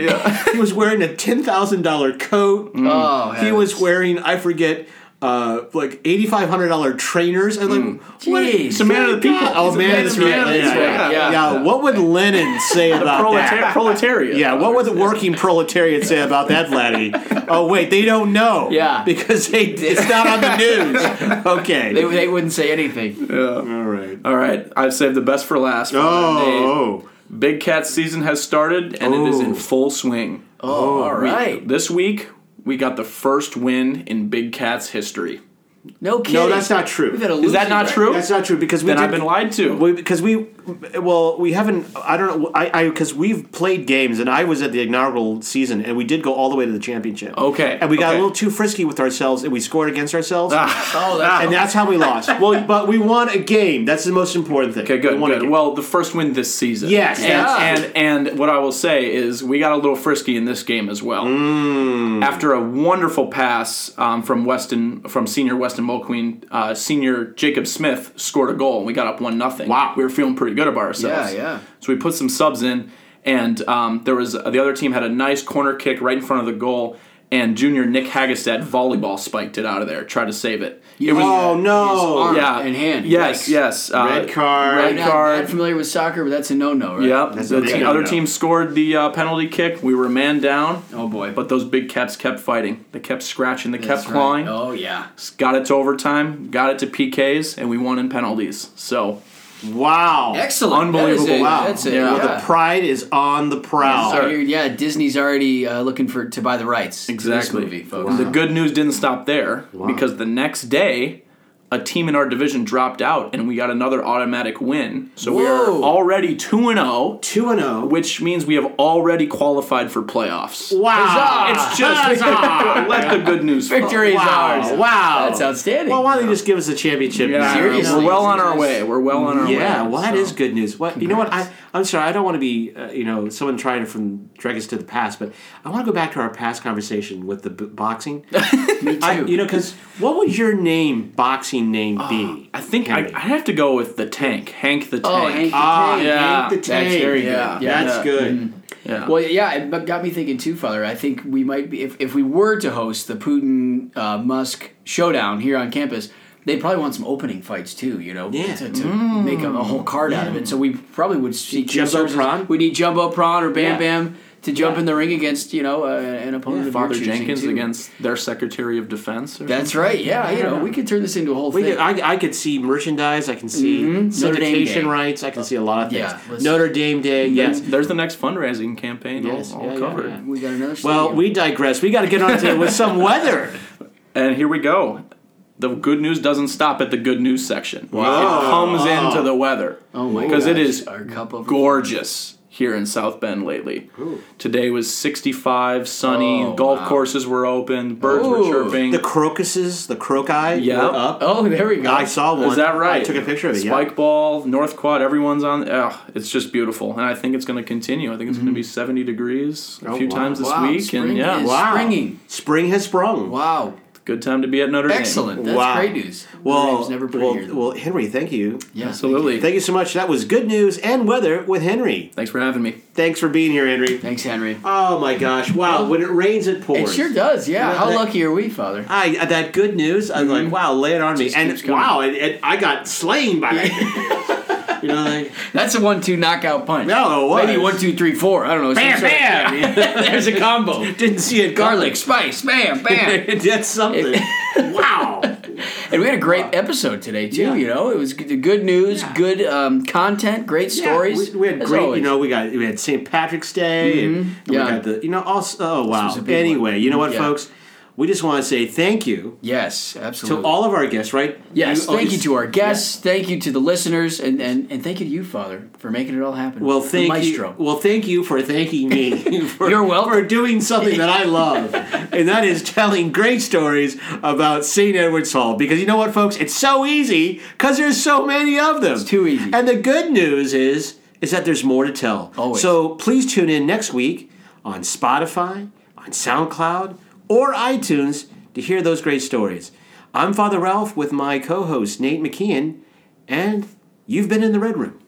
[SPEAKER 3] he was wearing a ten thousand dollar coat.
[SPEAKER 2] Oh,
[SPEAKER 3] he
[SPEAKER 2] heavens.
[SPEAKER 3] was wearing I forget. Uh, like eighty five hundred dollar trainers, and like,
[SPEAKER 8] Mm.
[SPEAKER 3] what?
[SPEAKER 2] Jeez.
[SPEAKER 3] It's a man of the people. Oh,
[SPEAKER 8] He's a
[SPEAKER 3] man,
[SPEAKER 8] man
[SPEAKER 3] that's
[SPEAKER 8] of the
[SPEAKER 3] right.
[SPEAKER 8] man,
[SPEAKER 3] Yeah,
[SPEAKER 8] that's
[SPEAKER 3] yeah,
[SPEAKER 2] right.
[SPEAKER 3] yeah.
[SPEAKER 2] Yeah.
[SPEAKER 3] Yeah, What would Lenin say about that?
[SPEAKER 8] Proletari- proletariat.
[SPEAKER 3] Yeah, what would the working proletariat say about that, Vladdy? Oh, wait, they don't know.
[SPEAKER 2] Yeah.
[SPEAKER 3] Because they, it's not on the news. Okay.
[SPEAKER 2] They, they wouldn't say anything.
[SPEAKER 3] All right.
[SPEAKER 8] All right, I've saved the best for last.
[SPEAKER 3] Oh.
[SPEAKER 8] Big Cat season has started, and it is
[SPEAKER 3] Oh.
[SPEAKER 8] in full swing.
[SPEAKER 2] Oh, all right.
[SPEAKER 8] This week, we got the first win in Big Cat's history.
[SPEAKER 2] No kidding.
[SPEAKER 3] No, that's not true.
[SPEAKER 2] We've had a
[SPEAKER 8] Is that
[SPEAKER 2] losing
[SPEAKER 8] not
[SPEAKER 2] record.
[SPEAKER 8] true?
[SPEAKER 3] That's not true because we
[SPEAKER 8] then I've
[SPEAKER 3] did-
[SPEAKER 8] been lied to.
[SPEAKER 3] We, because we, well, we haven't. I don't know. I I because we've played games, and I was at the inaugural season, and we did go all the way to the championship.
[SPEAKER 8] Okay,
[SPEAKER 3] and we got a
[SPEAKER 8] okay.
[SPEAKER 3] little too frisky with ourselves, and we scored against ourselves,
[SPEAKER 2] Oh, that's
[SPEAKER 3] and that's how we lost. Well, but we won a game. That's the most important thing.
[SPEAKER 8] Okay, good,
[SPEAKER 3] We won A
[SPEAKER 8] good.
[SPEAKER 3] game.
[SPEAKER 8] Well, the first win this season.
[SPEAKER 3] Yes,
[SPEAKER 8] and,
[SPEAKER 3] that's-
[SPEAKER 8] and and what I will say is we got a little frisky in this game as well.
[SPEAKER 3] Mm.
[SPEAKER 8] After a wonderful pass um, from Weston, from senior Weston Mulqueen, uh, senior Jacob Smith scored a goal, and we got up one nothing. Wow, we were feeling pretty good about ourselves.
[SPEAKER 2] Yeah, yeah.
[SPEAKER 8] So we put some subs in, and um, there was the other team had a nice corner kick right in front of the goal. And junior Nick Hagestad volleyball spiked it out of there, tried to save it. It was
[SPEAKER 3] Oh no!
[SPEAKER 2] arm
[SPEAKER 8] yeah,
[SPEAKER 2] and hand.
[SPEAKER 8] Yes,
[SPEAKER 2] Yikes.
[SPEAKER 8] yes. Uh,
[SPEAKER 3] Red card.
[SPEAKER 8] Red
[SPEAKER 2] I'm not
[SPEAKER 8] card.
[SPEAKER 2] that familiar with soccer, but that's a no-no, right?
[SPEAKER 8] Yep.
[SPEAKER 3] That's a
[SPEAKER 8] the
[SPEAKER 3] big
[SPEAKER 8] te-
[SPEAKER 3] no-no.
[SPEAKER 8] other team scored the uh, penalty kick. We were man down.
[SPEAKER 2] Oh boy.
[SPEAKER 8] But those big caps kept fighting. They kept scratching. They
[SPEAKER 2] That's
[SPEAKER 8] kept
[SPEAKER 2] right.
[SPEAKER 8] clawing.
[SPEAKER 2] Oh yeah.
[SPEAKER 8] Got it to overtime. Got it to PKs, and we won in penalties. So
[SPEAKER 3] Wow!
[SPEAKER 2] Excellent.
[SPEAKER 8] Unbelievable.
[SPEAKER 2] That is a,
[SPEAKER 3] Wow!
[SPEAKER 2] That's it.
[SPEAKER 8] Yeah.
[SPEAKER 2] Yeah.
[SPEAKER 3] The pride is on the prowl.
[SPEAKER 8] Yes, sir.
[SPEAKER 2] Dude, yeah, Disney's already uh, looking for to buy the rights. to
[SPEAKER 8] exactly.
[SPEAKER 2] This movie, folks.
[SPEAKER 8] The good news didn't stop there because the next day. A team in our division dropped out, and we got another automatic win. So we are
[SPEAKER 2] Whoa.
[SPEAKER 8] already two and zero,
[SPEAKER 3] Two and oh. zero.
[SPEAKER 8] which means we have already qualified for playoffs.
[SPEAKER 3] Wow!
[SPEAKER 8] It's just let the good news flow.
[SPEAKER 2] Victory is
[SPEAKER 3] wow!
[SPEAKER 2] ours.
[SPEAKER 3] Wow!
[SPEAKER 2] That's outstanding.
[SPEAKER 3] Well, why don't they just give us a championship?
[SPEAKER 8] Yeah,
[SPEAKER 2] Seriously.
[SPEAKER 8] we're well on our way. We're well on our way.
[SPEAKER 3] Yeah, well, that
[SPEAKER 8] so.
[SPEAKER 3] is good news. What you know? What I I'm sorry, I don't want to be uh, you know someone trying to from drag us to the past, but I want to go back to our past conversation with the b- boxing.
[SPEAKER 2] Me too.
[SPEAKER 3] I, you know, because what would your name boxing name be?
[SPEAKER 8] Ah, I think uh, I,
[SPEAKER 3] Henry?
[SPEAKER 8] I have to go with the tank, Hank the
[SPEAKER 2] oh,
[SPEAKER 8] tank.
[SPEAKER 2] Hank the
[SPEAKER 3] ah,
[SPEAKER 2] Tank. Mm-hmm.
[SPEAKER 8] yeah,
[SPEAKER 3] Hank the
[SPEAKER 8] that's
[SPEAKER 3] Tank.
[SPEAKER 8] very good.
[SPEAKER 3] Yeah,
[SPEAKER 8] Yeah.
[SPEAKER 3] that's
[SPEAKER 8] Yeah.
[SPEAKER 3] good.
[SPEAKER 8] yeah.
[SPEAKER 2] Well, yeah, it bu- got me thinking too, Father. I think we might be if, if we were to host the Putin uh, Musk showdown here on campus. They probably want some opening fights too, you know,
[SPEAKER 3] Yeah.
[SPEAKER 2] to, to make a, a whole card out of it. So we probably would seek your
[SPEAKER 3] Jumbo
[SPEAKER 2] services.
[SPEAKER 3] Prawn?
[SPEAKER 2] We need Jumbo Prawn or Bam
[SPEAKER 3] Yeah.
[SPEAKER 2] Bam to jump in the ring against you know uh, an opponent. of
[SPEAKER 8] Father
[SPEAKER 2] your choosing,
[SPEAKER 8] Jenkins
[SPEAKER 2] too.
[SPEAKER 8] against their Secretary of Defense. Or
[SPEAKER 2] That's right. Yeah, you know, we could turn this into a whole
[SPEAKER 3] We
[SPEAKER 2] thing.
[SPEAKER 3] could, I, I could see merchandise. I can see
[SPEAKER 8] Mm-hmm.
[SPEAKER 2] Notre Dame Day.
[SPEAKER 3] syndication rights. I can see a lot of things.
[SPEAKER 2] Yeah, let's-
[SPEAKER 3] Notre Dame Day. Yes.
[SPEAKER 8] something. There's the next fundraising campaign.
[SPEAKER 3] Yes,
[SPEAKER 8] Mm-hmm. all, all
[SPEAKER 3] yeah, yeah,
[SPEAKER 8] covered.
[SPEAKER 3] yeah.
[SPEAKER 2] we got another.
[SPEAKER 3] Well,
[SPEAKER 2] stadium.
[SPEAKER 3] we digress. We got to get on to with some weather.
[SPEAKER 8] And here we go. The good news doesn't stop at the good news section. It comes into the weather.
[SPEAKER 2] oh my
[SPEAKER 8] Because it
[SPEAKER 2] gosh,
[SPEAKER 8] is
[SPEAKER 2] our cup of
[SPEAKER 8] gorgeous here in South Bend lately. Today was 65, sunny,
[SPEAKER 2] Oh,
[SPEAKER 8] golf
[SPEAKER 2] wow.
[SPEAKER 8] courses were open, birds were
[SPEAKER 2] Ooh.
[SPEAKER 8] chirping.
[SPEAKER 3] The crocuses, the croceye.
[SPEAKER 8] Yeah.
[SPEAKER 3] were up.
[SPEAKER 2] Oh, there we go.
[SPEAKER 3] I saw one.
[SPEAKER 8] Is that right?
[SPEAKER 3] I took a picture of it. yeah.
[SPEAKER 8] Spike ball, North Quad, everyone's on. Ugh, it's just beautiful, and I think it's going to continue. I think it's going to be seventy degrees
[SPEAKER 3] Mm-hmm.
[SPEAKER 8] a
[SPEAKER 3] Oh,
[SPEAKER 8] few
[SPEAKER 3] wow.
[SPEAKER 8] times this
[SPEAKER 2] Wow,
[SPEAKER 8] week,
[SPEAKER 2] spring
[SPEAKER 8] and yeah,
[SPEAKER 2] is-
[SPEAKER 3] Wow.
[SPEAKER 2] Springing.
[SPEAKER 3] Spring has sprung.
[SPEAKER 2] Wow,
[SPEAKER 8] good time to be at Notre Dame.
[SPEAKER 2] excellent. That's
[SPEAKER 3] Wow.
[SPEAKER 2] great news. Notre
[SPEAKER 3] Well,
[SPEAKER 2] Dame's never pretty
[SPEAKER 3] well,
[SPEAKER 2] here, though.
[SPEAKER 3] well, Henry, thank you.
[SPEAKER 2] Yeah,
[SPEAKER 8] Absolutely.
[SPEAKER 3] Thank you so much. That was good news and weather with Henry.
[SPEAKER 8] Thanks for having me.
[SPEAKER 3] Thanks for being here, Henry.
[SPEAKER 2] Thanks, Henry.
[SPEAKER 3] Oh my gosh! Wow, when it rains, it
[SPEAKER 2] It
[SPEAKER 3] pours.
[SPEAKER 2] sure does. Yeah.
[SPEAKER 3] Yeah,
[SPEAKER 2] How
[SPEAKER 3] that-
[SPEAKER 2] lucky are we, Father?
[SPEAKER 3] I uh, that good news. I'm like, wow, lay it on me, and
[SPEAKER 2] Mm-hmm. keeps coming.
[SPEAKER 3] wow, and, and I got slain by that good news. You know, like,
[SPEAKER 2] That's a one-two knockout punch.
[SPEAKER 3] No, it was.
[SPEAKER 2] Maybe one, two, three, four. I don't know. some
[SPEAKER 3] bam,
[SPEAKER 2] sort
[SPEAKER 3] bam.
[SPEAKER 2] of- There's a combo.
[SPEAKER 3] Didn't see it coming.
[SPEAKER 2] Garlic, spice, bam, bam.
[SPEAKER 3] That's something. wow.
[SPEAKER 2] and we had a great episode today too.
[SPEAKER 3] Yeah.
[SPEAKER 2] You know, it was good, good news, good um, content, great stories.
[SPEAKER 3] Yeah, we, we had
[SPEAKER 2] as
[SPEAKER 3] great,
[SPEAKER 2] always. Mm-hmm.
[SPEAKER 3] you know, we got we had St. Patrick's Day, and, and
[SPEAKER 2] Yeah.
[SPEAKER 3] we got the, you know, also, oh wow.
[SPEAKER 2] was a big
[SPEAKER 3] Anyway,
[SPEAKER 2] one.
[SPEAKER 3] you know what,
[SPEAKER 2] Yeah.
[SPEAKER 3] folks, we just want to say thank you
[SPEAKER 2] Yes,
[SPEAKER 3] to
[SPEAKER 2] absolutely.
[SPEAKER 3] all of our guests, right?
[SPEAKER 2] Mm-hmm. yes,
[SPEAKER 3] oh,
[SPEAKER 2] thank you
[SPEAKER 3] it's-
[SPEAKER 2] to our guests. Thank you to the listeners, and, and, and thank you to you, Father, for making it all happen.
[SPEAKER 3] Well,
[SPEAKER 2] The
[SPEAKER 3] thank
[SPEAKER 2] Maestro.
[SPEAKER 3] you. Well, thank you for thanking me. For,
[SPEAKER 2] You're welcome.
[SPEAKER 3] for doing something that I love, and that is telling great stories about St. Edward's Hall. Because you know what, folks, it's so easy because there's so many of them. It's
[SPEAKER 2] too easy.
[SPEAKER 3] And the good news is is that there's more to tell.
[SPEAKER 2] Always.
[SPEAKER 3] So please tune in next week on Spotify, on SoundCloud, or iTunes to hear those great stories. I'm Father Ralph with my co-host Nate McKeon, and you've been in the Red Room.